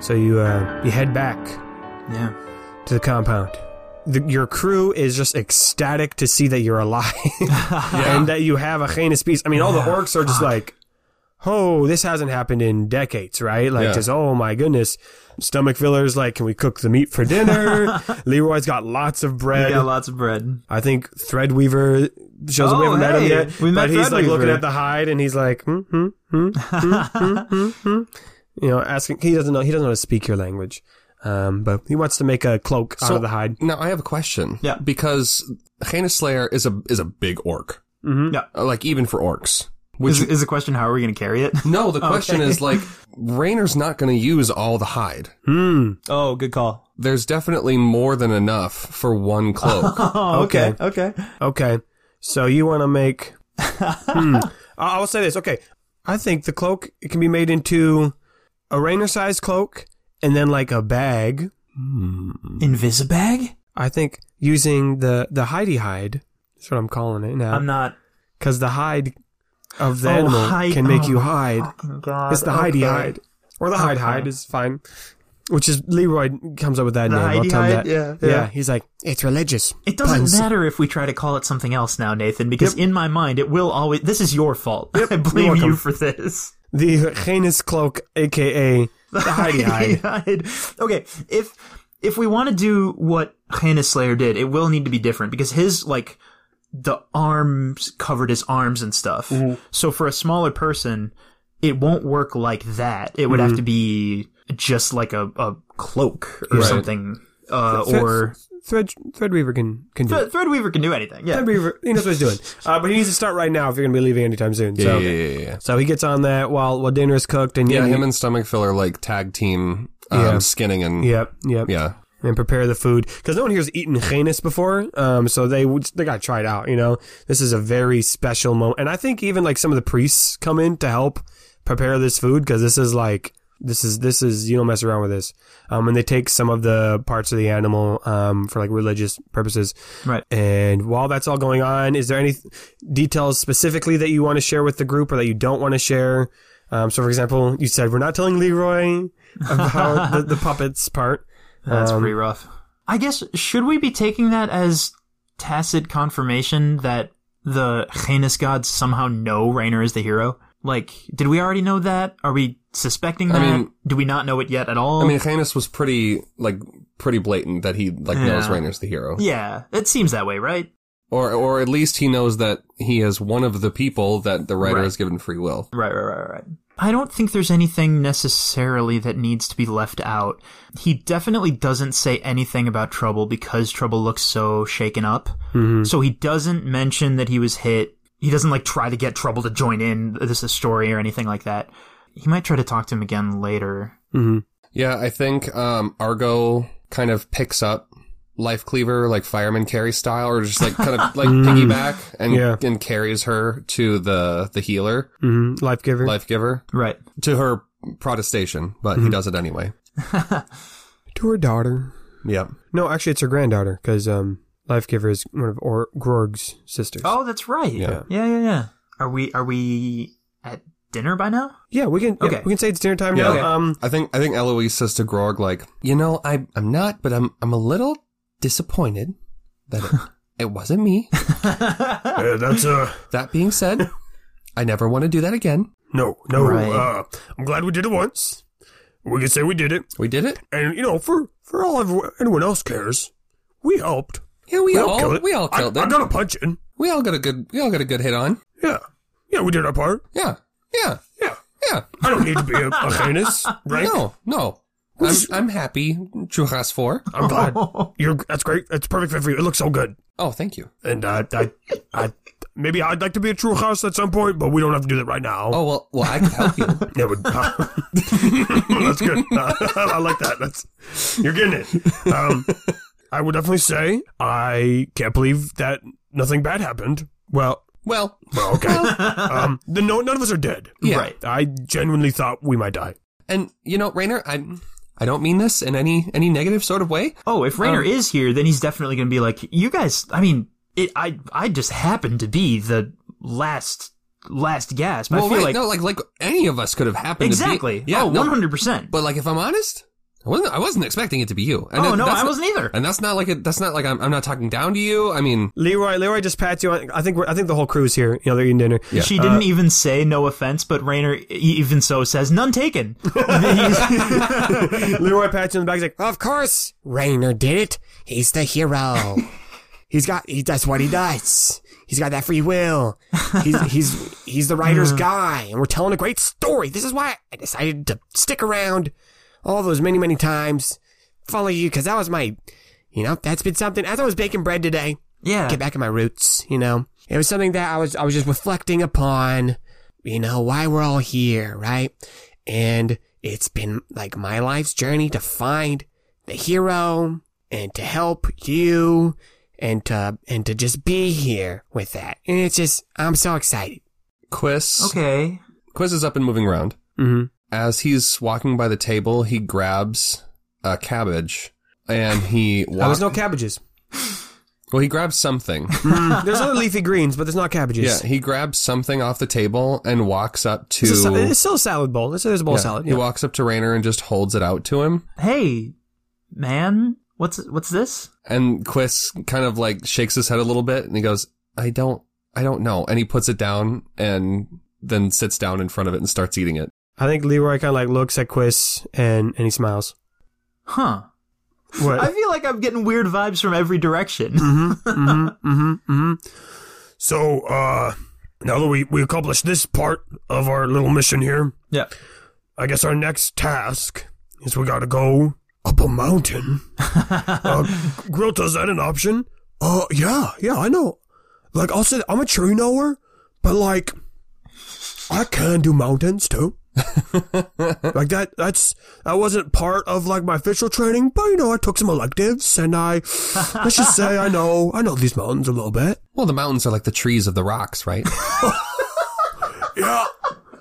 So you uh, you head back
Yeah.
to the compound. The, your crew is just ecstatic to see that you're alive <laughs> and that you have a heinous piece. I mean, all the orcs are just like, oh, this hasn't happened in decades, right? Like,
Yeah.
just, oh my goodness. Stomach fillers, like, can we cook the meat for
<laughs>
dinner? Leroy's got lots of
Uh,
bread.
We got lots of bread.
I think Threadweaver shows
Oh,
we haven't met him
hey,
yet,
we met
but he's like looking
Threadweaver.
at the hide and he's like, hmm, hmm, hmm, hmm, hmm, hmm, hmm. <laughs> you know, asking. He doesn't know. He doesn't know how to speak your language, um, but he wants to make a cloak out
So-
of the hide.
Now I have a question.
Yeah.
Because Hannah Slayer is a is a big orc.
Mm-hmm.
Uh, Like even for orcs. Which
Is, is the question how are we going to carry it?
<laughs> no, the question is like Rayner's not going to use all the hide.
Hmm.
Oh, good call.
There's definitely more than enough for one cloak.
<laughs> Oh,
<laughs> Okay.
Okay.
Okay. So you want to make?
<laughs>
Hmm. I- I'll say this. Okay. I think the cloak it can be made into a rainer-sized cloak, and then like a bag.
Invisibag?
I think using the the hidey hide. That's what I'm calling it now.
I'm not.
Because the hide of the
Oh,
animal
hide-
can make
oh,
you hide.
God.
It's the hidey hide. Or the hide hide is fine. Which is Leroy comes up with that
The
name. I'll
hidey
tell him that.
hide, yeah,
yeah.
yeah.
He's like, it's religious.
It doesn't
Puns.
matter if we try to call it something else now, Nathan, because in my mind it will always. This is your fault. <laughs> I blame
welcome.
you for this.
The heinous cloak, aka the hidey hide.
hide. Okay, if if we want to do what Hannah Slayer did, it will need to be different because his like the arms covered his arms and stuff. So for a smaller person, it won't work like that. It would have to be just like a, a cloak or
Right.
something. Uh,
Thread-
or
Thread Threadweaver can can do.
Thread-
it.
Threadweaver can do anything. Yeah.
Threadweaver, he knows what he's doing. Uh, but he needs to start right now if you're gonna be leaving anytime soon.
yeah,
so.
yeah, yeah, yeah.
So he gets on that while while dinner is cooked and
Yeah, him and Stomach Filler like tag team um,
Yeah.
skinning and
Yep, yep.
yeah.
and prepare the food because no one here's eaten heinous before. Um, so they would they got to try it out. You know, this is a very special moment, and I think even like some of the priests come in to help prepare this food because this is like this is this is you don't mess around with this. Um, and they take some of the parts of the animal um for like religious purposes.
Right.
And while that's all going on, is there any details specifically that you want to share with the group or that you don't want to share? Um, so, for example, you said we're not telling Leroy about the, the puppets part.
That's
Um,
pretty rough. I guess should we be taking that as tacit confirmation that the heinous gods somehow know Rainer is the hero? Like, did we already know that? Are we suspecting
I
that?
mean-
Do we not know it yet at all?
I mean, Heinous was pretty like pretty blatant that he like knows
Yeah.
Rayner's the hero,
yeah, it seems that way, right?
or or at least he knows that he is one of the people that the writer
Right.
has given free will.
Right, right, right, right. I don't think there's anything necessarily that needs to be left out. He definitely doesn't say anything about Trouble because Trouble looks so shaken up.
Mm-hmm.
So he doesn't mention that he was hit. He doesn't like try to get Trouble to join in this is story or anything like that. He might try to talk to him again later.
Mm-hmm.
Yeah, I think um, Argo kind of picks up Life Cleaver like fireman carry style, or just like kind
<laughs>
of like
Mm.
piggyback and
Yeah.
and carries her to the the healer,
hmm Life giver.
life giver,
Right.
to her protestation, but
Mm-hmm.
he does it anyway.
to her daughter.
Yep.
No, actually, it's her granddaughter because um, Life Giver is one of or- Gorg's sisters.
Oh, that's right.
Yeah.
Yeah, yeah, yeah. Are we are we at dinner by now?
yeah, we can. Okay.
Okay.
we can say it's dinner time
Yeah.
now.
Okay.
Um,
I think I think Eloise says to Grog like, you know, I I'm not, but I'm I'm a little disappointed that it, it wasn't me.
Uh, that's uh
That being said, I never want to do that again.
no, no.
Right.
Uh, I'm glad we did it once. We can say we did it,
We did it.
and you know, for for all everyone, anyone else cares, we helped.
Yeah, we,
helped kill
all
it.
we all
I-
killed
I,
it.
got a punch in.
We all got a good we all got a good hit on.
Yeah, yeah, we did our part.
Yeah, yeah,
Yeah,
yeah.
I don't need to be a, a heinous, right?
No, no. I'm, I'm happy. Churras four.
I'm
<laughs>
glad.
Oh,
You're that's great. That's perfect fit for you. It looks so good.
Oh, thank you.
And uh, I, I, maybe I'd like to be a true house at some point, but we don't have to do that right now.
Oh well, well I can help you.
Yeah, but, <laughs> that's good. <laughs> I like that. That's you're getting it. Um, I would definitely say I can't believe that nothing bad happened. Well,
Well,
well, <laughs> okay. Um, the, no, none of us are dead.
yeah.
Right.
I genuinely thought we might die.
And you know, Rainer, I I don't mean this in any any negative sort of way.
Oh, if Rainer
Um,
is here, then he's definitely going to be like, "You guys, I mean, it, I I just happened to be the last last gasp." I
well,
feel
right,
like
no, like like any of us could have happened. to be-
exactly.
yeah.
oh,
no,
one hundred percent.
But like, if I'm honest, I wasn't I wasn't expecting it to be you. And
Oh
that-
no,
that's
I
not-
wasn't either.
And that's not like it. That's not like I'm. I'm not talking down to you. I mean,
Leroy, Leroy just pats you on. I think we're, I think the whole crew's here. You know, they're eating dinner.
Yeah.
She didn't even say no offense, but Rainer e- even so says none taken. He's-
<laughs>
Leroy pats you on the back. He's like,
Of course, Rainer did it. He's the hero. he's got. He, that's what he does. He's got that free will. He's he's he's the writer's guy, and we're telling a great story. This is why I decided to stick around all those many many times, follow you, because that was my, you know, that's been something. As I was baking bread today,
yeah.
get back in my roots. You know, it was something that I was I was just reflecting upon. You know, why we're all here, right? And it's been like my life's journey to find the hero and to help you and to and to just be here with that. And it's just I'm so excited.
Quiz.
Okay.
Quiz is up and moving around.
mm-hmm.
As he's walking by the table, he grabs a cabbage and
<laughs>
he. Walk-
"Oh, there's no cabbages.
well, he
<laughs>
grabs something.
<laughs>
Mm, there's other leafy greens, but there's not
Mm-hmm. yeah,
cabbages.
he grabs something off the table and walks up to.
It's, a sa- it's still a salad bowl. It's, it's a bowl
Yeah,
salad.
He
Yeah.
walks up to Rainer and just holds it out to him.
Hey, man, what's what's this?
And Quiz kind of like shakes his head a little bit and he goes, I don't, I don't know. And he puts it down and then sits down in front of it and starts eating it.
I think Leroy kind of like looks at Quiz and and he
<laughs>
smiles.
Huh.
What?
I feel like I'm getting weird vibes from every direction.
Mm-hmm.
So, uh, now that we, we accomplished this part of our little mission here,
<laughs> yeah.
I guess our next task is we gotta go up a mountain. uh, Grilta, is that an option? Uh, yeah, yeah, I know. Like, I'll say, I'm a tree knower, but like, I can do mountains too. like that, that's, that wasn't part of like my official training, but you know, I took some electives and I, let's just say I know, I know these mountains a little bit.
Well, the mountains are like the trees of the rocks, right?
Yeah,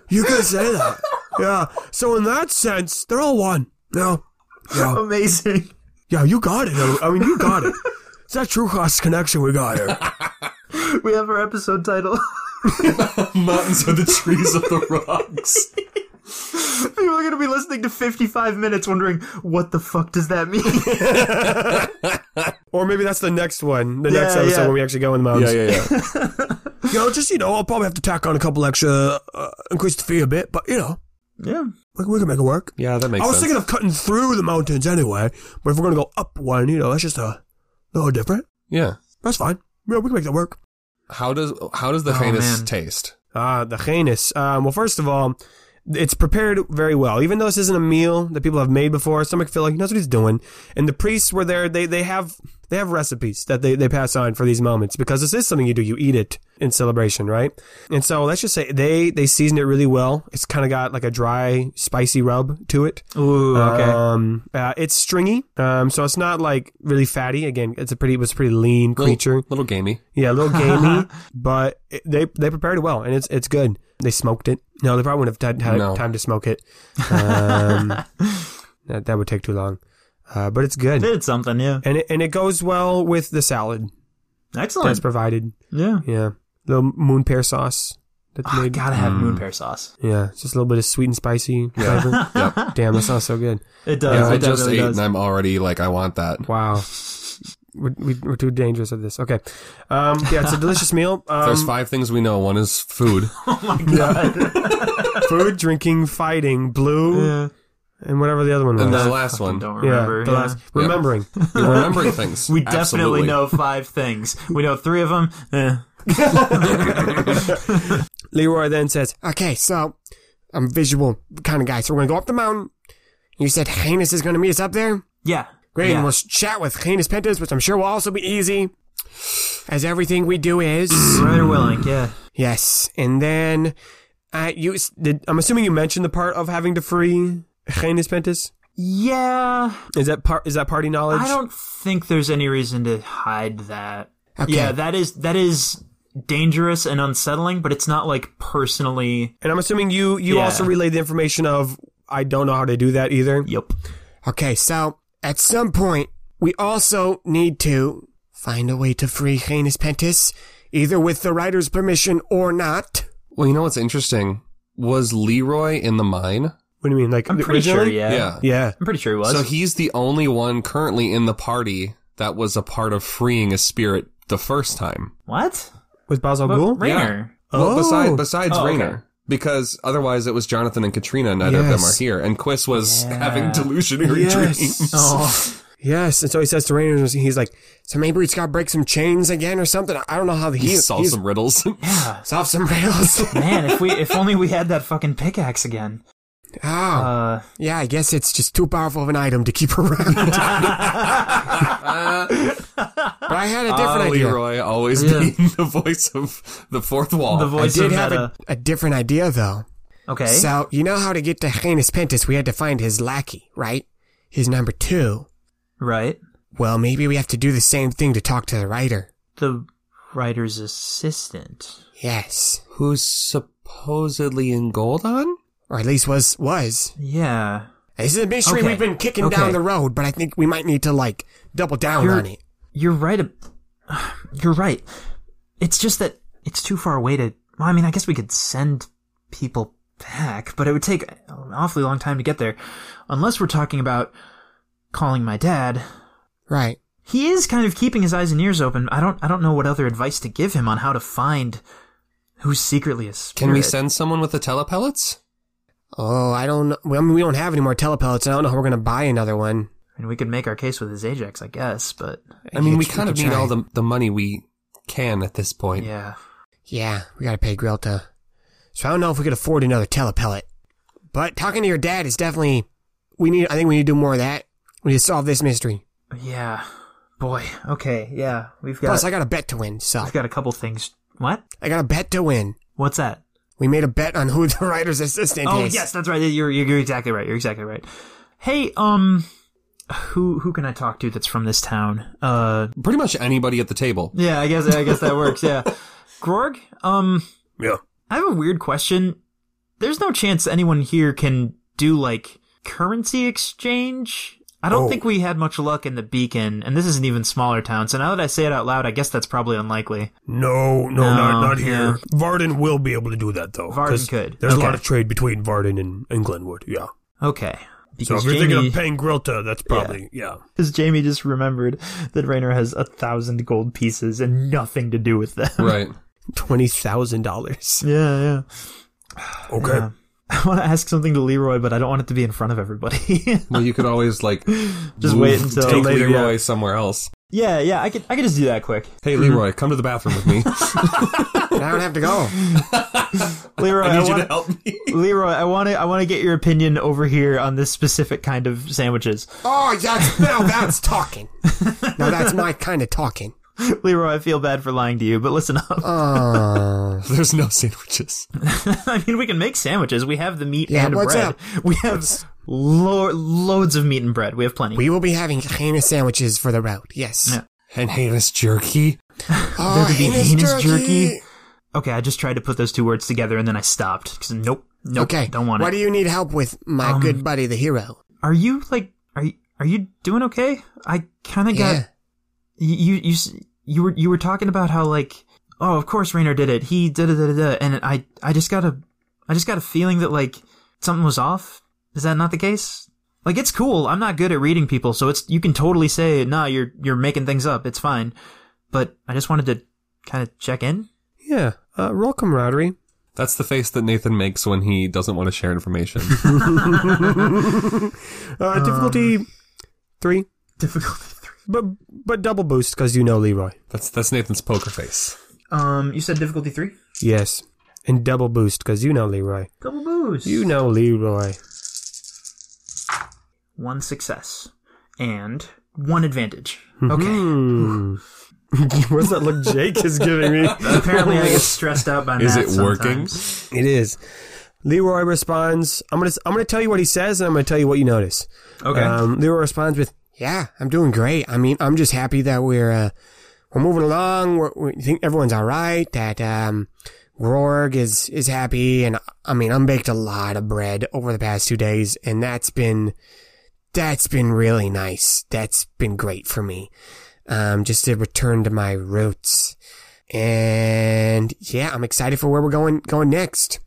you could say that. Yeah. So in that sense, they're all one. Yeah. Yeah.
<laughs> Amazing.
Yeah. You got it. I mean, you got it. It's that true cost connection we got here.
We have our episode title.
<laughs>
<laughs>
mountains are the trees of the <laughs> rocks.
People are going to be listening to 55 minutes wondering, what the fuck does that
<laughs>
mean?
Or maybe that's the next one, the
next episode when
we actually go in the mountains.
yeah, yeah, yeah.
Yeah, you know, just you know, I'll probably have to tack on a couple extra, uh, increase the fee a bit, but you know,
yeah.
we, we can make it work.
Yeah, that makes
I was
sense.
thinking of cutting through the mountains anyway, but if we're gonna go up one, you know, that's just a little different.
yeah.
That's fine. Yeah, we can make that work.
How does, how does the
Oh,
heinous
man.
taste?
Ah, the chanis. Um, well, first of all, it's prepared very well. Even though this isn't a meal that people have made before, stomach feel like he knows what he's doing. And the priests were there. They they have they have recipes that they, they pass on for these moments because this is something you do. You eat it in celebration, right? And so let's just say they they season it really well. It's kind of got like a dry, spicy rub to it.
Ooh,
Um, uh, it's stringy. Um, so it's not like really fatty. Again, it's a pretty it was a pretty lean
Little-
creature.
Little, gamey.
Yeah, a little
<laughs>
gamey, but it, they they prepared it well, and it's it's good. They smoked it. No, they probably wouldn't have had, had
No.
time to smoke it.
<laughs>
Um, that that would take too long, uh, but it's good,
Did something, yeah.
and it, and it goes well with the salad that's
Excellent.
provided.
Yeah.
Yeah, little moon pear sauce that's
Oh,
made.
gotta have
Mm.
moon pear sauce.
Yeah, it's just a little bit of sweet and spicy
<laughs>
flavor. Damn, that sounds so good.
It
Yeah,
does.
I
it
just
definitely
ate
does.
and I'm already like, I want that.
Wow.
we're, we- we're too dangerous at this. Okay. Um, yeah,
<laughs>
it's a delicious meal. Um,
There's five things we know. One is
<laughs>
food.
Um,
<laughs>
food, drinking, fighting, blue, and whatever the other one was.
And the last
Fucking
one.
Don't
yeah,
remember.
the
yeah. <laughs>
last. Remembering.
You're remembering things.
We definitely
Absolutely.
know five things. We know three
<laughs>
of them. Eh.
Leroy then says,
Okay, so I'm visual kind of guy. So we're gonna go up the mountain. You said Heinous is gonna meet us up there.
Yeah.
Great,
Yeah.
and we'll chat with Heinous Pentas, which I'm sure will also be easy, as everything we do
<clears throat>
is.
Right or willing, yeah.
yes, and then
uh, you, s- did, I'm assuming you mentioned the part of having to free Janus Pentis.
Yeah.
Is that part? Is that party knowledge?
I don't think there's any reason to hide that.
Okay.
Yeah, that is that is dangerous and unsettling, but it's not like personally.
and I'm assuming you you
Yeah.
also relayed the information of I don't know how to do that either.
Yep.
okay, so at some point we also need to find a way to free Heinous Pentas, either with the writer's permission or not.
Well, you know what's interesting? Was Leroy in the mine?
What do you mean? Like
I'm pretty sure.
originally?
Yeah.
Yeah.
Yeah.
I'm pretty sure he was.
So he's the only one currently in the party that was a part of freeing a spirit the first time.
what?
With
Oh,
Basil
But
Ghul?
Raynor.
Well, besides, besides
Oh, okay.
Raynor. Because otherwise it was Jonathan and Katrina, and neither of them
Yes.
are here. And Quiss was
Yeah.
having delusionary
Yes.
dreams.
<laughs> Oh.
Yes. And so he says to Rainer, he's like,
So maybe we just gotta break some chains again or something. I don't know how the
<laughs> He
heat
solved some
<laughs>
riddles.
solve some rails.
Man, if we if only we had that fucking pickaxe again.
oh.
Uh,
Yeah, I guess it's just too powerful of an item to keep around.
<laughs>
but
Uh,
I had a different
Oh,
Ah,
idea.
Leroy always
Yeah.
being <laughs> the voice of the fourth wall.
the
I
voice
did
of
have
meta.
a, a different idea though.
okay.
Eh?
So you know how to get to Janus Pentus? We had to find his lackey, right? His number two.
right.
Well, maybe we have to do the same thing to talk to the writer.
The writer's assistant.
Yes,
Who's supposedly in Goldon?
or at least was was.
Yeah.
This is a mystery
Okay.
we've been kicking
Okay.
down the road, but I think we might need to like double down
You're-
on it.
You're right. ab- <sighs> You're right. It's just that it's too far away to. Well, I mean, I guess we could send people back, but it would take an awfully long time to get there. Unless we're talking about calling my dad.
Right.
He is kind of keeping his eyes and ears open. I don't. I don't know what other advice to give him on how to find who's secretly a spirit.
Can we send someone with the telepellets?
Oh, I don't. know. Well, I mean, we don't have any more telepellets. and I don't know how we're gonna buy another one.
I mean, we could make our case with his Ajax, I guess, but
I mean,
Yeah,
we
tr-
kind of
try.
need all the, the money we can at this point.
yeah.
Yeah, we gotta pay Grelta. So I don't know if we could afford another telepellet. But talking to your dad is definitely we need I think we need to do more of that. We need to solve this mystery.
Yeah. Boy. Okay. Yeah. We've got.
Plus I got a bet to win, so
I've got a couple things. What?
I got a bet to win.
What's that?
We made a bet on who the <laughs> writer's assistant
Oh
is.
yes, that's right. You're, you're you're exactly right. You're exactly right. Hey, um, who who can I talk to that's from this town? Uh,
Pretty much anybody at the table.
yeah, I guess I guess that works. Yeah, Gorg. Um,
Yeah.
I have a weird question. There's no chance anyone here can do like currency exchange. I don't
Oh.
think we had much luck in the beacon, and this is an even smaller town. So now that I say it out loud, I guess that's probably unlikely.
No, no,
No,
not, not here.
yeah.
Varden will be able to do that though.
Varden
'cause
could.
There's
Okay.
a lot of trade between Varden and, and Glenwood. Yeah.
Okay,
So
because
if you're thinking
Jamie,
of paying Grilta, that's probably yeah.
because Jamie just remembered that Raynor has a thousand gold pieces and nothing to do with them.
Right.
Twenty thousand dollars.
<laughs> Yeah, yeah.
<sighs>
Okay.
Yeah. I want to ask something to Leroy, but I don't want it to be in front of everybody. <laughs>
Well, you could always like <laughs>
just
move-
wait until
take
later,
Leroy somewhere else.
Yeah, yeah. I could, I could just do that quick.
Hey, Leroy, come to the bathroom with me.
<laughs> And I don't have to go.
Leroy,
<laughs> I
I,
need you to
want,
help me.
<laughs> Leroy, I want to, I want to get your opinion over here on this specific kind of sandwiches. <laughs>
oh that's now that's talking. Now that's my kind of talking.
Leroy, I feel bad for lying to you, but listen up.
Uh. Oh
There's no sandwiches.
<laughs> I mean, we can make sandwiches. We have the meat
Yeah,
and
what's
bread.
up?
We have lo- loads of meat and bread. We have plenty.
we will be having heinous sandwiches for the road, yes.
Yeah.
And heinous jerky.
Oh,
There could be
heinous
heinous jerky. okay, I just tried to put those two words together and then I stopped 'cause nope, nope,
Okay.
don't want
What
it.
do you need help with, my
Um,
good buddy the hero?
are you like are you are you doing okay? I kind of got
Yeah.
you, you you s- you were you were talking about how like oh of course Raynor did it he da da da da da and I I just got a I just got a feeling that like something was off. Is that not the case? Like it's cool. I'm not good at reading people, so it's you can totally say, "Nah, you're you're making things up. It's fine." But I just wanted to kind of check in.
Yeah. Uh, roll camaraderie.
That's the face that Nathan makes when he doesn't want to share <laughs> information.
Uh, difficulty three,
Difficulty three.
but but double boost because you know Leroy.
that's that's Nathan's poker face.
Um, you said difficulty three.
Yes, and double boost because you know Leroy.
Double boost.
You know Leroy. <laughs>
one success and one advantage. Okay.
Mhm.
Hmm. What's that look Jake is giving me?
<laughs>
Apparently, I get stressed out by
Is
math
it working?
sometimes.
It is. Leroy responds. I'm gonna I'm gonna tell you what he says, and I'm gonna tell you what you notice.
Okay.
Um, Leroy responds with,
Yeah, I'm doing great. I mean, I'm just happy that we're uh, we're moving along. We're, we think everyone's all right. That um, Rorg is is happy, and I mean, I'm baked a lot of bread over the past two days, and that's been that's been really nice. That's been great for me. Um, just to return to my roots, and yeah, I'm excited for where we're going going next.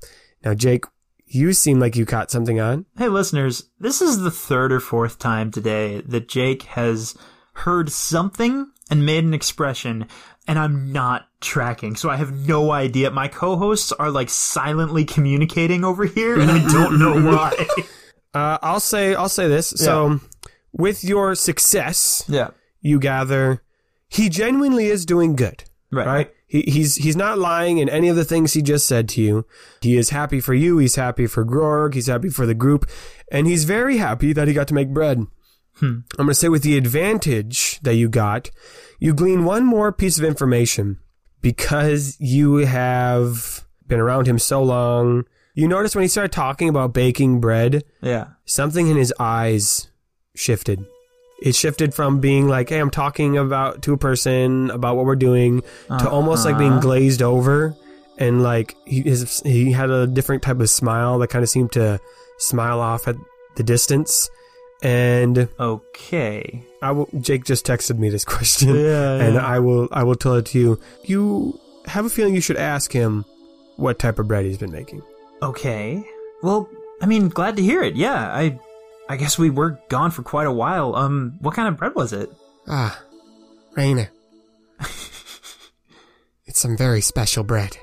"Now, Jake, you seem like you caught something on."
Hey, listeners, this is the third or fourth time today that Jake has heard something and made an expression, and I'm not tracking, so I have no idea. My co hosts are like silently communicating over here, and I
<laughs>
don't know why.
Uh, I'll say I'll say this. So, with your success,
yeah.
you gather he genuinely is doing good.
Right.
He, he's he's not lying in any of the things he just said to you. He is happy for you. He's happy for Grog. He's happy for the group, and he's very happy that he got to make bread. I'm going to say with the advantage that you got, you glean one more piece of information because you have been around him so long. You notice when he started talking about baking bread,
<laughs> Yeah.
something in his eyes shifted. It shifted from being like, "Hey, I'm talking about to a person about what we're doing," to almost like
Uh-huh.
being glazed over, and like he his, he had a different type of smile that kind of seemed to smile off at the distance. And
Okay.
I will. Jake just texted me this <laughs> question,
Yeah,
and
yeah.
I will. I will tell it to you. You have a feeling you should ask him what type of bread he's been making.
Okay. Well, I mean, glad to hear it. Yeah, I I guess we were gone for quite a while. Um, what kind of bread was it?
Ah,
<laughs>
Raina. it's some very special bread.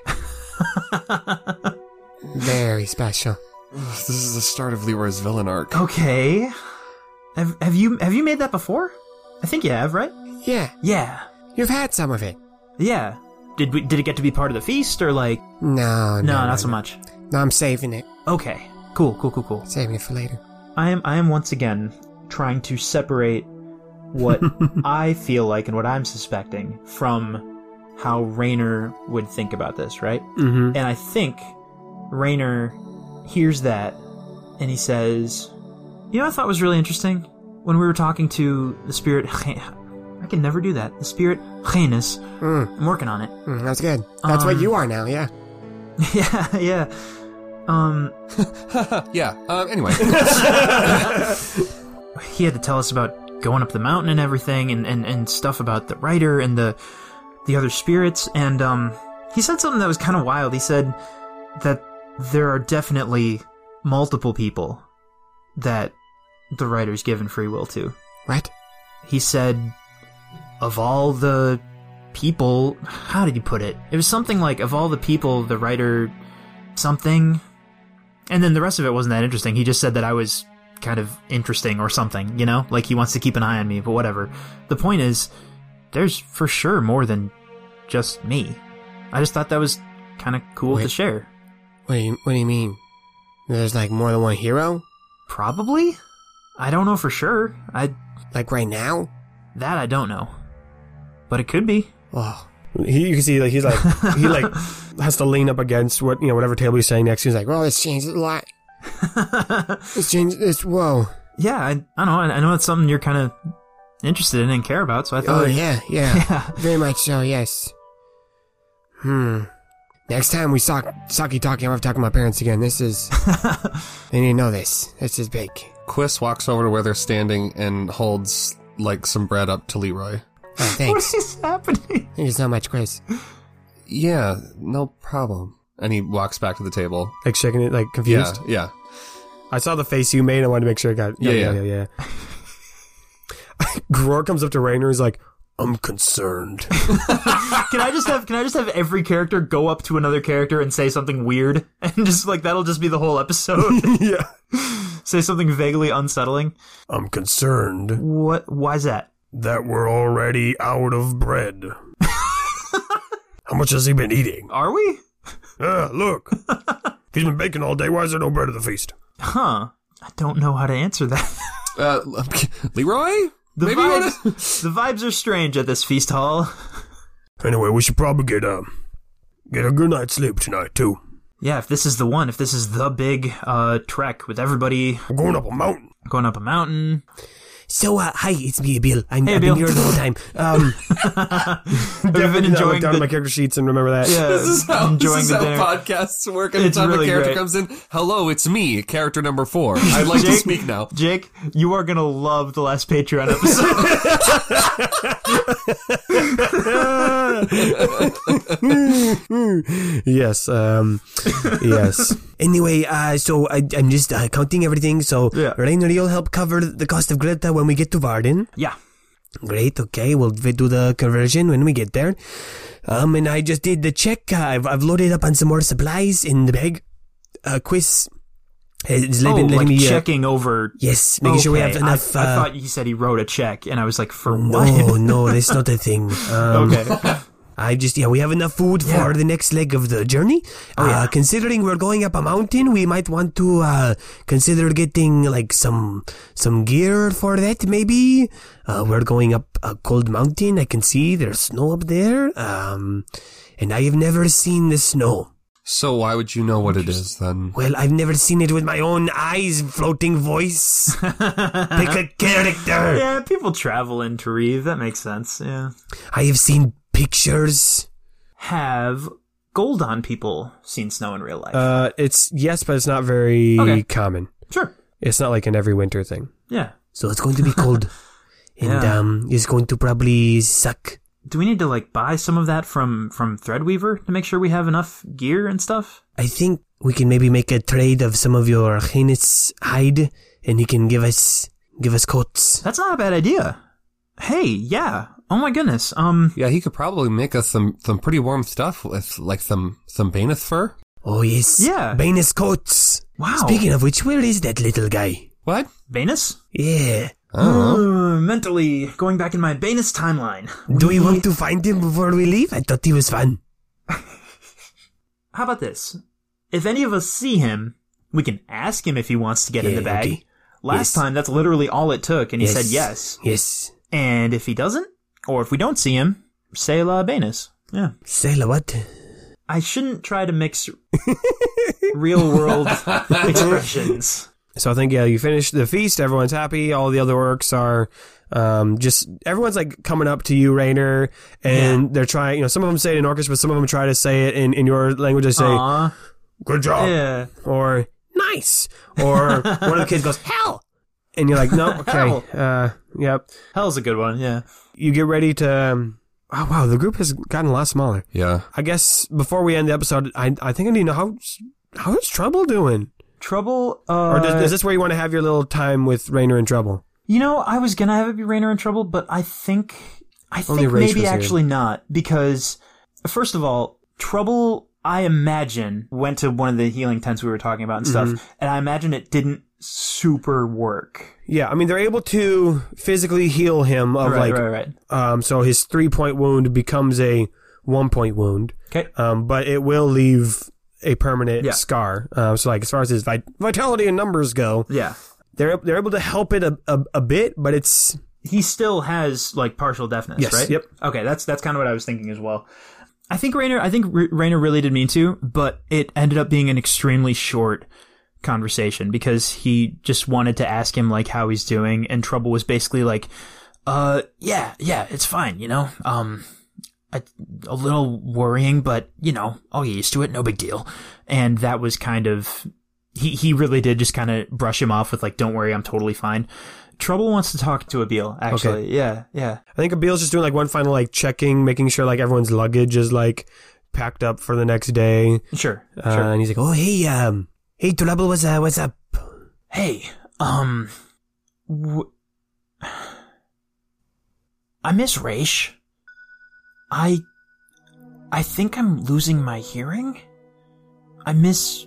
very special.
This is the start of Leroy's villain arc.
Okay. Have, have you have you made that before? I think you have, right?
Yeah,
Yeah.
you've had some of it.
Yeah. Did we did it get to be part of the feast or like
No, no,
Uh, No, not so much.
No, I'm saving it.
Okay. Cool, cool, cool, cool.
Saving it for later.
I am I am once again trying to separate what I feel like and what I'm suspecting from how Rayner would think about this, right?
Mm-hmm.
And I think Rayner hears that and he says, You know, what I thought was really interesting when we were talking to the spirit. <laughs> I can never do that. The spirit Janus.
Mm,
I'm working on it. <laughs>
mm, that's good. That's
Um,
what you are now, yeah.
yeah, yeah. Um,
<laughs> yeah. Um, <laughs> anyway,
he had to tell us about going up the mountain and everything and, and, and stuff about the writer and the the other spirits and um he said something that was kind of wild he said that there are definitely multiple people that the writer's given free will to
What?
he said of all the people how did you put it it was something like of all the people the writer something and then the rest of it wasn't that interesting he just said that i was kind of interesting or something you know like he wants to keep an eye on me but whatever the point is there's for sure more than just me i just thought that was kind of cool to
Wait.
share
What do you What do you mean? There's like more than one hero,
probably i don't know for sure i
like right now.
that i don't know but it could be <laughs>
Oh,
He, you can see like he's like he
<laughs>
like has to lean up against what you know whatever table he's sitting next. to. He's like,
well, this changed a lot. This changed. This whoa.
Yeah, I, I know. I, I know it's something you're kind of interested in and care about. So I thought,
Oh yeah,
<laughs>
yeah,
yeah,
very much so. Yes. Hmm. Next time we sock socky talking, I'm gonna talk to my parents again. This
<laughs>
is. they need to know this. This is big.
Quiss walks over to where they're standing and holds like some bread up to Leroy.
<laughs>
Oh,
what
thanks.
is happening? <laughs>
Thank you so much, Chris.
Yeah, no problem. And he walks back to the table.
like shaking it, like confused.
Yeah, yeah.
I saw the face you made. and I wanted to make sure I got. Yeah,
Yeah,
yeah,
yeah.
yeah. yeah, Gror comes up to Rainer. He's like, "I'm
<laughs>
concerned."
Can I just have Can I just have every character go up to another character and say something weird, <laughs> and just like that'll just be the whole episode?
<laughs>
yeah,
say something vaguely unsettling.
I'm concerned
What? Why's that?
that we're already out of bread.
<laughs>
How much has he been eating?
Are we?
Ah,
<laughs>
look, he's been baking all day. Why is there no bread at the feast?
Huh? I don't know how to answer that. <laughs>
Uh, <laughs> Leroy?
The
Maybe you
vibes,
wanna-
the vibes are strange at this feast hall.
Anyway, we should probably get um get a good night's sleep tonight too.
Yeah, if this is the one, if this is the big uh, trek with everybody
We're going up a mountain.
going up a mountain,
So, uh, hi, it's me, Bill. I'm,
Hey,
I've
Bill.
been here the whole time.
<laughs>
Um,
I've been
I
enjoying
look down
the,
at my character sheets and remember that.
<laughs>
<laughs>
yeah,
This is how, this
enjoying
is
the
how
dinner.
podcasts work. Every
It's
time
really
a character
great.
comes in, hello, it's me, character number four. I'd like to
Jake?
speak now.
Jake, you are gonna love the last Patreon episode.
<laughs>
Yes.
<laughs>
Um, yes.
anyway, uh, so I, I'm just uh, counting everything. So,
Yeah.
Rainer, you'll help cover the cost of Greta when we get to Varden.
yeah,
Great, okay. We'll we do the conversion when we get there. Um, and I just did the check. Uh, I've, I've loaded up on some more supplies in the bag. Uh, quiz. Has
oh,
been letting
like
me, uh,
checking over.
yes, making sure we have
Okay,
enough.
I, I
uh,
thought he said he wrote a check, and I was like, for
<laughs> no,
what? <laughs>
no, that's not a thing. Um, <laughs>
okay,
I just, yeah, we have enough food for the next leg of the journey.
Oh,
uh,
yeah.
Considering we're going up a mountain, we might want to uh, consider getting like some some gear for that. Maybe uh, we're going up a cold mountain. I can see there's snow up there, um, and I have never seen the snow.
So why would you know what it is then?
Well, I've never seen it with my own eyes. Floating
<laughs>
voice, pick a character.
yeah, people travel in Tareve. That makes sense. Yeah,
I have seen pictures.
have gold on people seen snow in real life?
Uh, it's yes, but it's not very
Okay.
common.
sure.
It's not like an every winter thing.
Yeah.
So it's
<laughs>
going to be cold, and
Yeah.
um, it's going to probably suck.
Do we need to like buy some of that from from Threadweaver to make sure we have enough gear and stuff?
I think we can maybe make a trade of some of your heinous hide, and he can give us give us coats.
That's not a bad idea. Hey, yeah. Oh my goodness. Um,
Yeah, he could probably make us some, some pretty warm stuff with like some some Baneth fur.
Oh yes,
Yeah.
Banus coats.
wow.
Speaking of which, where is that little guy?
What?
Venus.
Yeah.
I don't know.
Uh, mentally going back in my Venus timeline.
Do we want to find him before we leave? I thought he was fun.
How about this? If any of us see him, we can ask him if he wants to get in
Yeah,
the bag.
okay.
Last
Yes.
time, that's literally all it took, and he said yes.
Yes.
And if he doesn't, or if we don't see him, say la Venus. Yeah.
Sayla, what?
I shouldn't try to mix real world expressions.
So I think yeah, you finish the feast. Everyone's happy. All the other orcs are um, just everyone's like coming up to you, Rainer, and they're trying. You know, some of them say it in orcish, but some of them try to say it in, in your language. They say
Aw,
"good
oh.
job"
yeah.
or "nice,"
<laughs>
or one of the kids goes "hell," and you're like, "No, okay, uh, yep."
Hell's a good one, yeah.
You get ready to. Um, oh wow, the group has gotten a lot smaller.
Yeah.
I guess before we end the episode, I I think I need to know how how is Trouble doing,
Trouble, uh,
or does, is this where you want to have your little time with Rainer and Trouble?
you know, I was gonna have it be Rainer and Trouble, but I think, I
Only
think
Raish
maybe
was here.
actually not, because, first of all, Trouble, I imagine, went to one of the healing tents we were talking about and
Mm-hmm.
stuff, and I imagine it didn't super work.
Yeah, I mean they're able to physically heal him of
Right,
like
right, right.
um so his 3 point wound becomes a 1 point wound.
Okay.
Um but it will leave a permanent
Yeah.
scar. Um so like as far as his vit- vitality and numbers go,
Yeah.
they're they're able to help it a, a, a bit, but it's
he still has like partial deafness,
Yes,
right?
yep.
Okay, that's that's kind of what I was thinking as well. I think Rainer, I think R- Rainer really did mean to, but it ended up being an extremely short conversation because he just wanted to ask him like how he's doing, and Trouble was basically like, "Uh, yeah, yeah, it's fine, you know. Um, I, a little worrying, but you know, I'll get used to it. No big deal." And that was kind of he he really did just kind of brush him off with like, "Don't worry, I'm totally fine." Trouble wants to talk to Abil. Actually, yeah, yeah.
I think Abil's just doing like one final like checking, making sure like everyone's luggage is like packed up for the next day.
Sure,
Uh,
sure.
and he's like,
Oh hey um, hey Trouble, what's uh, what's up?
Hey, um, w- I miss Raish. I, I think I'm losing my hearing. I miss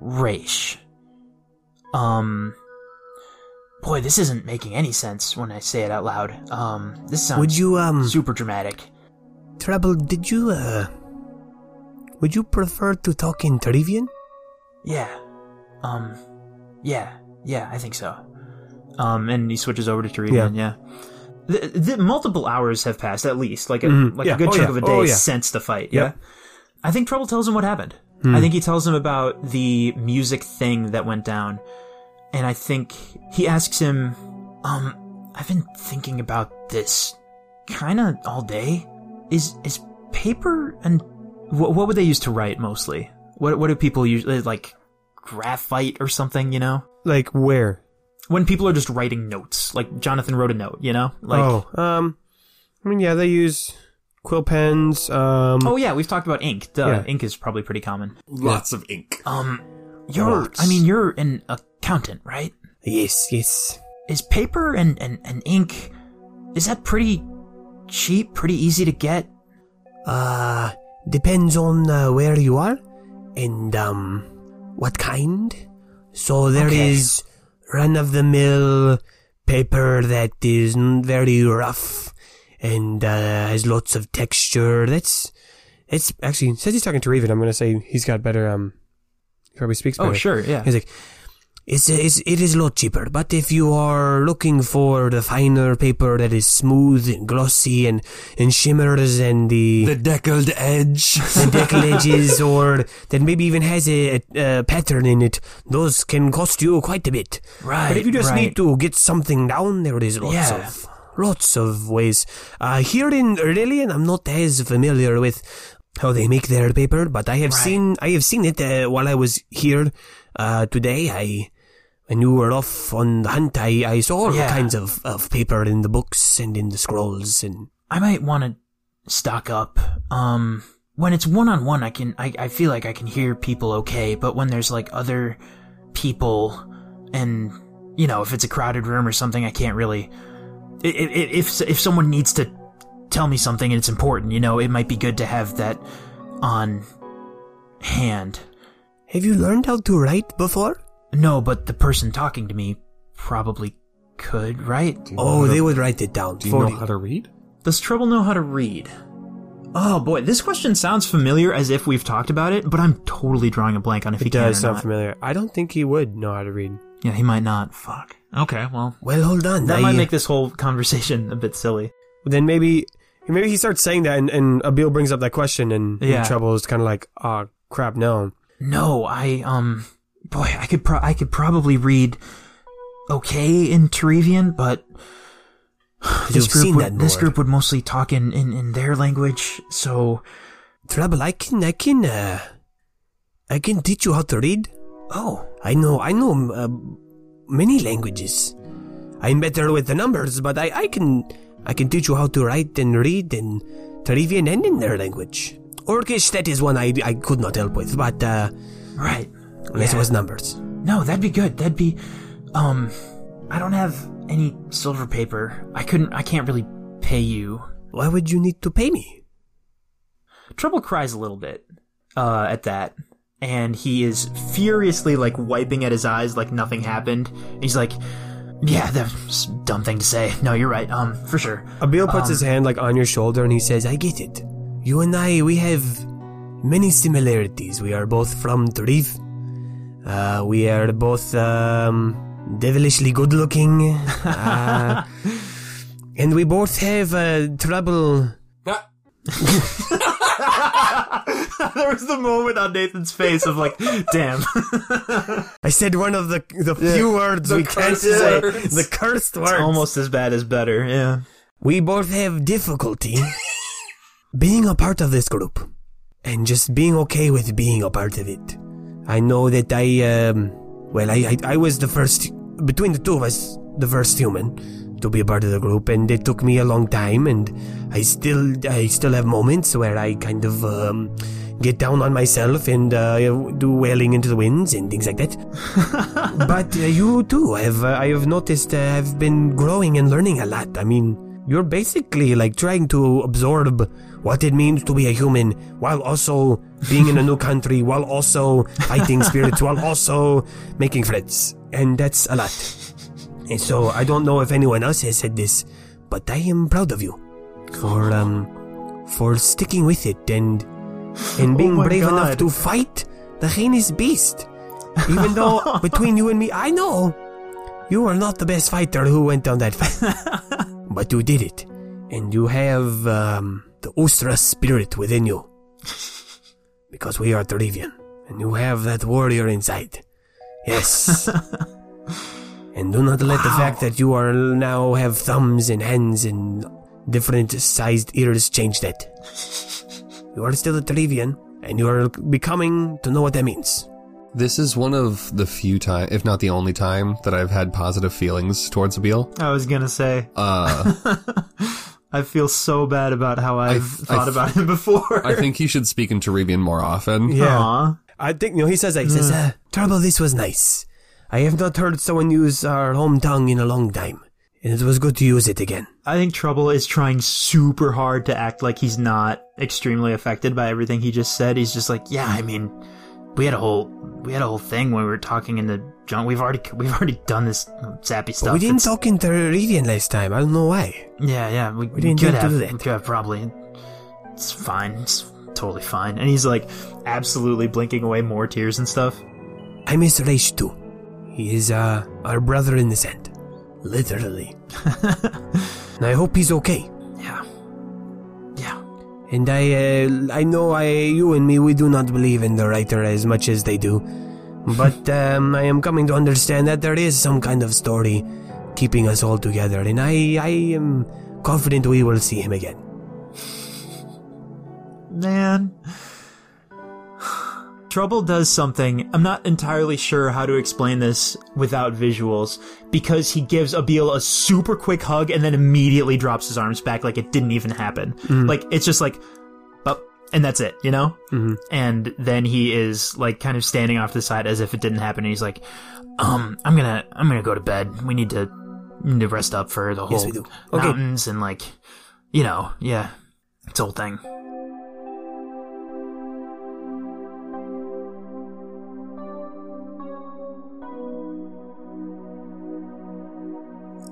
Raish. Um, boy, this isn't making any sense when I say it out loud. Um, this sounds
Would you, um,
super dramatic.
Trouble, did you, uh, would you prefer to talk in Trivian?
Yeah. Um, yeah, yeah, I think so. Um, and he switches over to Tariqan, yeah. The, the multiple hours have passed, at least, like a,
Mhm,
like
yeah.
a good
Oh,
chunk
yeah.
of a day
Oh, yeah.
since the fight.
Yep. Hmm.
Yeah. I think Trouble tells him what happened. I think he tells him about the music thing that went down, and I think he asks him, "Um, I've been thinking about this kind of all day. Is is paper and what what would they use to write mostly? What what do people usually like graphite or something? You know,
Like where?
when people are just writing notes, like Jonathan wrote a note. You know, like
oh, um, I mean, yeah, they use quill pens. Um,
Oh yeah, we've talked about ink. Duh.
Yeah.
Ink is probably pretty common.
Lots of ink.
Um, you're, I mean, you're an accountant, right?
yes, yes.
Is paper and, and, and ink, is that pretty cheap, pretty easy to get?
Uh, depends on uh, where you are and um, what kind. So there
Okay.
is run of the mill paper that is n- very rough and uh, has lots of texture. That's it's actually since he's talking to Raven, I'm gonna say he's got better. Um, he probably speaks. Better.
Oh, sure, yeah.
He's like, it's, it's, it is a lot cheaper, but if you are looking for the finer paper that is smooth and glossy and, and shimmers and the,
The deckled edge.
<laughs> the deckle edges or that maybe even has a, a, a pattern in it, those can cost you quite a bit.
Right.
But if you just
right.
need to get something down, there is lots
Yeah.
of lots of ways. Uh, here in Aurelian, I'm not as familiar with how they make their paper, but I have
Right.
seen I have seen it uh, while I was here uh, today. I when you were off on the hunt, I, I saw all
Yeah.
kinds of, of paper in the books and in the scrolls and
I might want to stock up. Um, when it's one on one, I can, I, I feel like I can hear people okay, but when there's like other people and, you know, if it's a crowded room or something, I can't really, i- i- i- if, if someone needs to tell me something and it's important, you know, it might be good to have that on hand.
have you learned how to write before?
No, but the person talking to me probably could, right?
Oh, they would write it down.
Do you
for
know how to read?
Does Trouble know how to read? Oh boy, this question sounds familiar as if we've talked about it, but I'm totally drawing a blank on if he
it does
can or
sound
not.
familiar. I don't think he would know how to read.
Yeah, he might not. Fuck. Okay, well,
Well, hold on.
that
I,
uh,
might make this whole conversation a bit silly.
then maybe maybe he starts saying that and, and Abil brings up that question and,
Yeah.
and Trouble is kind of like, oh, crap, no.
No, I um, boy, I could pro- I could probably read okay in Terevian, but this
You've
group
seen
would,
that
this
more.
group would mostly talk in, in in their language, so
Trouble, I can, I can, uh, I can teach you how to read.
oh
I know, I know uh, many languages. I'm better with the numbers, but I, I can, I can teach you how to write and read in Terevian and in their language. Orcish, that is one I, I could not help with, but, uh,
right,
unless it
Yeah.
was numbers.
No, that'd be good. That'd be um I don't have any silver paper. I couldn't I can't really pay you.
Why would you need to pay me?
Trouble cries a little bit uh at that. And he is furiously like wiping at his eyes like nothing happened. He's like yeah, that's a dumb thing to say. No, you're right. Um, for sure.
Abil puts
Um,
his hand like on your shoulder and he says, I get it. You and I, we have many similarities. We are both from Tarif. Uh, we are both um, devilishly good looking.
<laughs>
Uh, and we both have uh, trouble.
<laughs> there was the moment on Nathan's face of <laughs> like, damn.
I said one of the, the few words we can't
cursed
say.
words. Oh
The cursed words.
Almost as bad as better. Yeah.
We both have difficulty being a part of this group and just being okay with being a part of it. I know that I, um, well, I, I, I was the first, between the two of us, the first human to be a part of the group, and it took me a long time, and I still, I still have moments where I kind of, um, get down on myself and uh, do wailing into the winds and things like that. but uh, you too, I have, uh, I have noticed, uh, have been growing and learning a lot. I mean, you're basically like trying to absorb what it means to be a human while also being in a
<laughs>
new country, while also fighting spirits, while also making friends. And that's a lot. And so I don't know if anyone else has said this, but I am proud of you for um for sticking with it and and being
Oh my
brave enough
God.
to fight the heinous beast. Even though between you and me, I know you are not the best fighter who went down that fight, but you did it, and you have um, the Ustra spirit within you because we are Derivian, and you have that warrior inside. Yes. and do not let the fact that you are now have thumbs and hands and different sized ears change that. You are still a Derivian, and you are becoming to know what that means.
This is one of the few time, if not the only time, that I've had positive feelings towards Abil.
I was gonna say. <laughs>
Uh,
I feel so bad about how I've
th- I
thought
th-
about it before. <laughs>
I think he should speak in Terebian more often.
Aw.
I think, you know, he says that. He says, uh, Trouble, this was nice. I have not heard someone use our home tongue in a long time, and it was good to use it again.
I think Trouble is trying super hard to act like he's not extremely affected by everything he just said. He's just like, yeah, I mean, we had a whole we had a whole thing when we were talking in the junk. We've already we've already done this zappy stuff.
But we didn't
It's-
talk in Teridian last time. I don't know why.
Yeah, yeah, we, we
didn't
could
do
have.
that.
We could have probably. It's fine. It's totally fine. And he's like, absolutely blinking away more tears and stuff.
I miss Reish too. He is uh, our brother in the sand. Literally. and I hope he's okay.
Yeah, yeah.
And I, uh, I know I, you and me, we do not believe in the writer as much as they do. <laughs> But um, I am coming to understand that there is some kind of story keeping us all together, and I, I am confident we will see him again.
man. Trouble does something. I'm not entirely sure how to explain this without visuals because he gives Abil a super quick hug and then immediately drops his arms back like it didn't even happen.
Mm-hmm.
Like it's just like, up and that's it, you know. Mm-hmm. And then he is like kind of standing off to the side as if it didn't happen. And he's like, um, I'm gonna, I'm gonna go to bed. We need to, we need to rest up for the whole
Yes, we do. Okay.
mountains and like, you know, yeah, it's a whole thing. <laughs>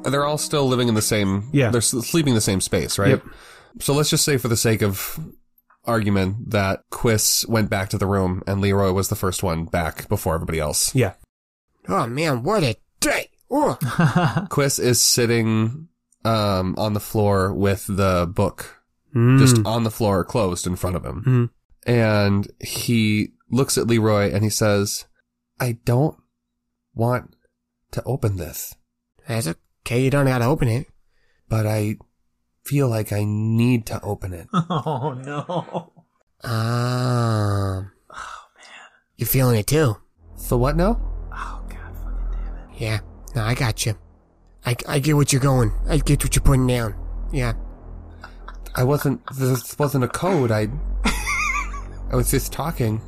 They're all still living in the same.
Yeah.
They're s- sleeping in the same space, right?
Yep.
So let's just say, for the sake of argument, that Quiss went back to the room and Leroy was the first one back before everybody else.
Yeah.
Oh man, what a day! Oh,
Quiss is sitting um, on the floor with the book
Mm.
just on the floor, closed in front of him.
Mm.
And he looks at Leroy and he says, I don't want to open this,
that's okay. You don't gotta open it.
but I feel like I need to open it.
Oh no.
Um, oh
Um,
man, you're feeling it too.
so what now?
Oh god fucking damn it.
Yeah, no, I got you. I, I get what you're going. I get what you're putting down. Yeah,
I wasn't, this wasn't a code. I, I was just talking.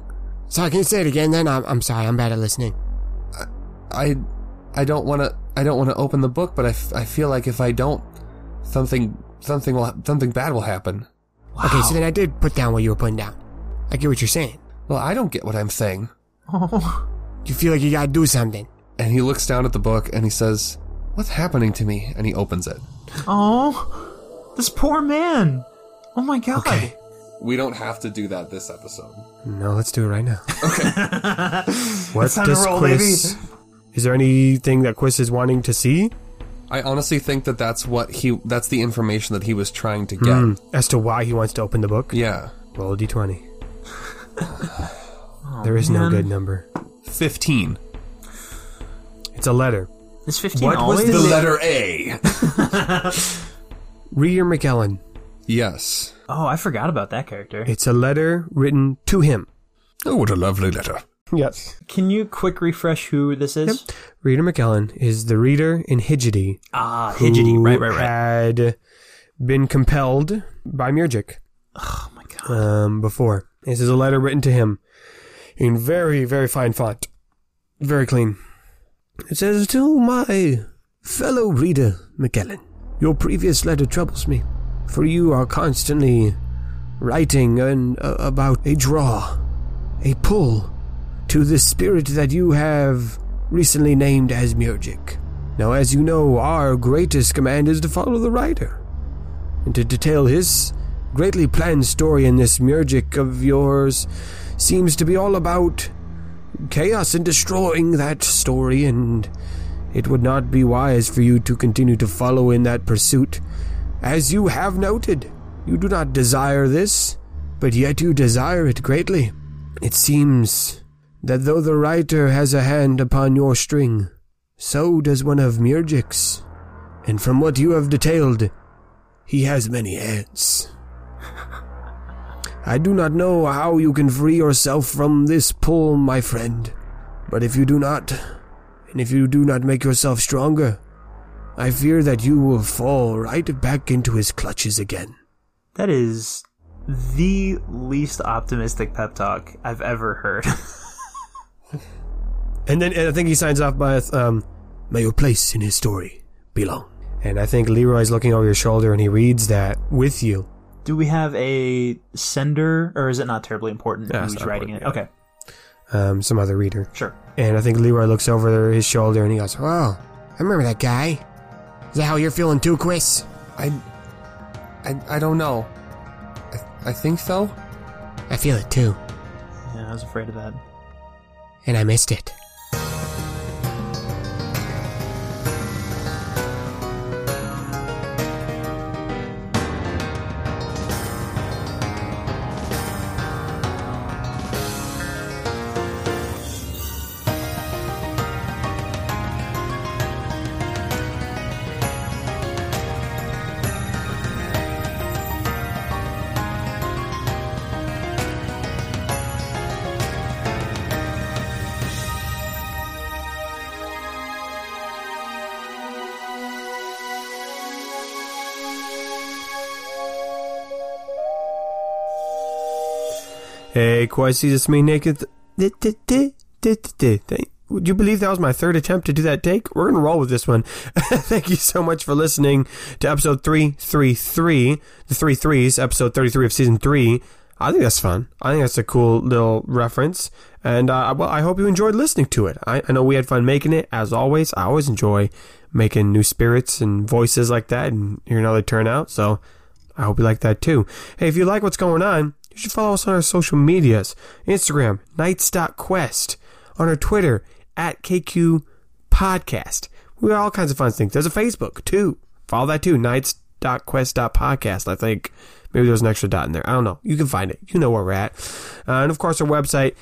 so I can say it again. Then I'm, I'm sorry. I'm bad at listening.
I, I don't want to, I don't want to open the book, but I, f- I feel like if I don't, something, something will, something bad will happen.
Okay, so then I did put down what you were putting down. I get what you're saying.
Well, I don't get what I'm saying.
You feel like you gotta do something.
And he looks down at the book and he says, What's happening to me? And he opens it.
<laughs> Oh, this poor man. Oh my god.
We don't have to do that this episode.
No, let's do it right now. <laughs> Okay. what
It's time to
does
roll,
Quiz? Is there anything that Quiz is wanting to see
I honestly think that that's what he, that's the information that he was trying to get.
as to why he wants to open the book?
Yeah.
Roll a d20. there is no good number.
15.
It's a letter.
Is 15
What was
always?
the
letter A.
Rear McKellen.
yes.
oh, I forgot about that character.
It's a letter written to him.
Oh, what a lovely letter.
Yes.
Can you quick refresh who this is?
Reader McKellen is the reader in Hidgety.
Ah,
who
Hidgety. Right, right, right.
Had been compelled by Murgic
Oh my god.
um, before. This is a letter written to him in very, very fine font. Very clean. It says, To my fellow reader, McKellen, your previous letter troubles me, for you are constantly writing and uh, about a draw, a pull to the spirit that you have recently named as Murgic. Now, as you know, our greatest command is to follow the writer and to detail his greatly planned story in this murgic of yours seems to be all about chaos and destroying that story and it would not be wise for you to continue to follow in that pursuit as you have noted you do not desire this but yet you desire it greatly it seems that though the writer has a hand upon your string so does one of murgic's and from what you have detailed he has many hands. I do not know how you can free yourself from this pull, my friend, but if you do not, and if you do not make yourself stronger, I fear that you will fall right back into his clutches again.
That is the least optimistic pep talk I've ever heard. <laughs>
And then and I think he signs off by, um, May your place in his story be long. And I think Leroy's looking over your shoulder and he reads that with you.
Do we have a sender, or is it not terribly important
Yeah, it's
who's
not
writing it?
important,
Okay,
Um, some other reader.
sure.
And I think Leroy looks over his shoulder and he goes,
Whoa, I remember that guy. Is that how you're feeling too, Chris?
I, I, I don't know. I, I think so.
I feel it too,
Yeah, I was afraid of that.
and I missed it.
Hey, quite see this me naked. Th- th- th- th- th- th- th- Would you believe that was my third attempt to do that take? We're gonna roll with this one. <laughs> Thank you so much for listening to episode three, three, three, the three threes, episode thirty-three of season three. I think that's fun. I think that's a cool little reference, and uh, well, I hope you enjoyed listening to it. I, I know we had fun making it. As always, I always enjoy making new spirits and voices like that, and hearing how they turn out. So I hope you like that too. Hey, if you like what's going on, you should follow us on our social medias Instagram, nights.quest, on our Twitter, at KQ Podcast. We got all kinds of fun things. There's a Facebook too. Follow that too, nights.quest.podcast, I think. Maybe there's an extra dot in there. I don't know. You can find it. You know where we're at. Uh, and of course, our website,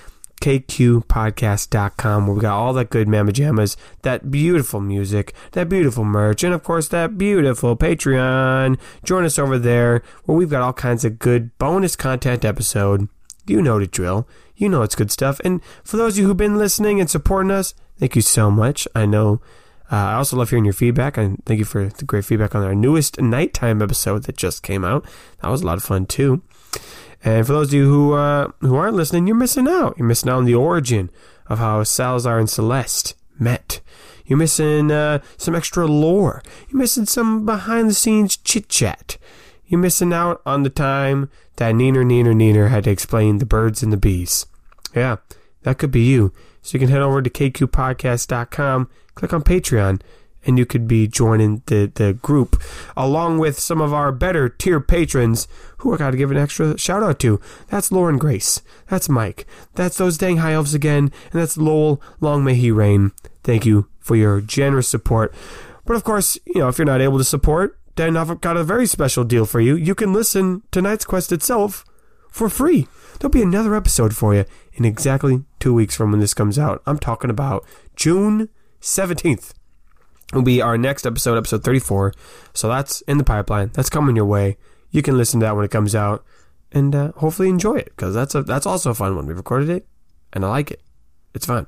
kqpodcast.com where we got all that good mamma jammas, that beautiful music, that beautiful merch, and of course that beautiful Patreon. Join us over there where we've got all kinds of good bonus content episode. You know the drill. You know it's good stuff. And for those of you who've been listening and supporting us, thank you so much. I know uh, I also love hearing your feedback, and thank you for the great feedback on our newest nighttime episode that just came out. That was a lot of fun too. And for those of you who uh, who aren't listening, you're missing out. You're missing out on the origin of how Salazar and Celeste met. You're missing uh, some extra lore. You're missing some behind the scenes chit chat. You're missing out on the time that Neener Neener Neener had to explain the birds and the bees. Yeah, that could be you. So you can head over to kqpodcast.com, click on Patreon, and you could be joining the, the group along with some of our better tier patrons who I got to give an extra shout out to. That's Lauren Grace. That's Mike. That's those dang high elves again. And that's Lowell. Long may he reign. Thank you for your generous support. But of course, you know, if you're not able to support, then I've got a very special deal for you. You can listen to Night's Quest itself for free. There'll be another episode for you in exactly two weeks from when this comes out. I'm talking about June 17th will be our next episode, episode 34. So that's in the pipeline. That's coming your way. You can listen to that when it comes out and uh, hopefully enjoy it because that's, a that's also a fun one. We recorded it and I like it. It's fun.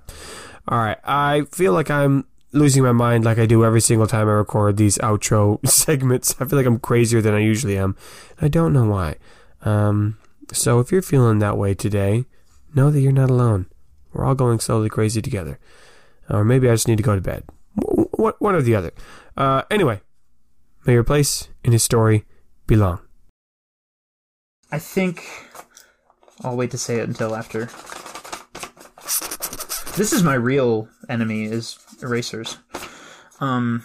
All right. I feel like I'm losing my mind like I do every single time I record these <laughs> outro segments. I feel like I'm crazier than I usually am. I don't know why. Um, So if you're feeling that way today, know that you're not alone. We're all going slowly crazy together. Or maybe I just need to go to bed. W- w- One or the other. Uh, anyway, may your place in his story belong.
I think I'll wait to say it until after. This is my real enemy is erasers. Um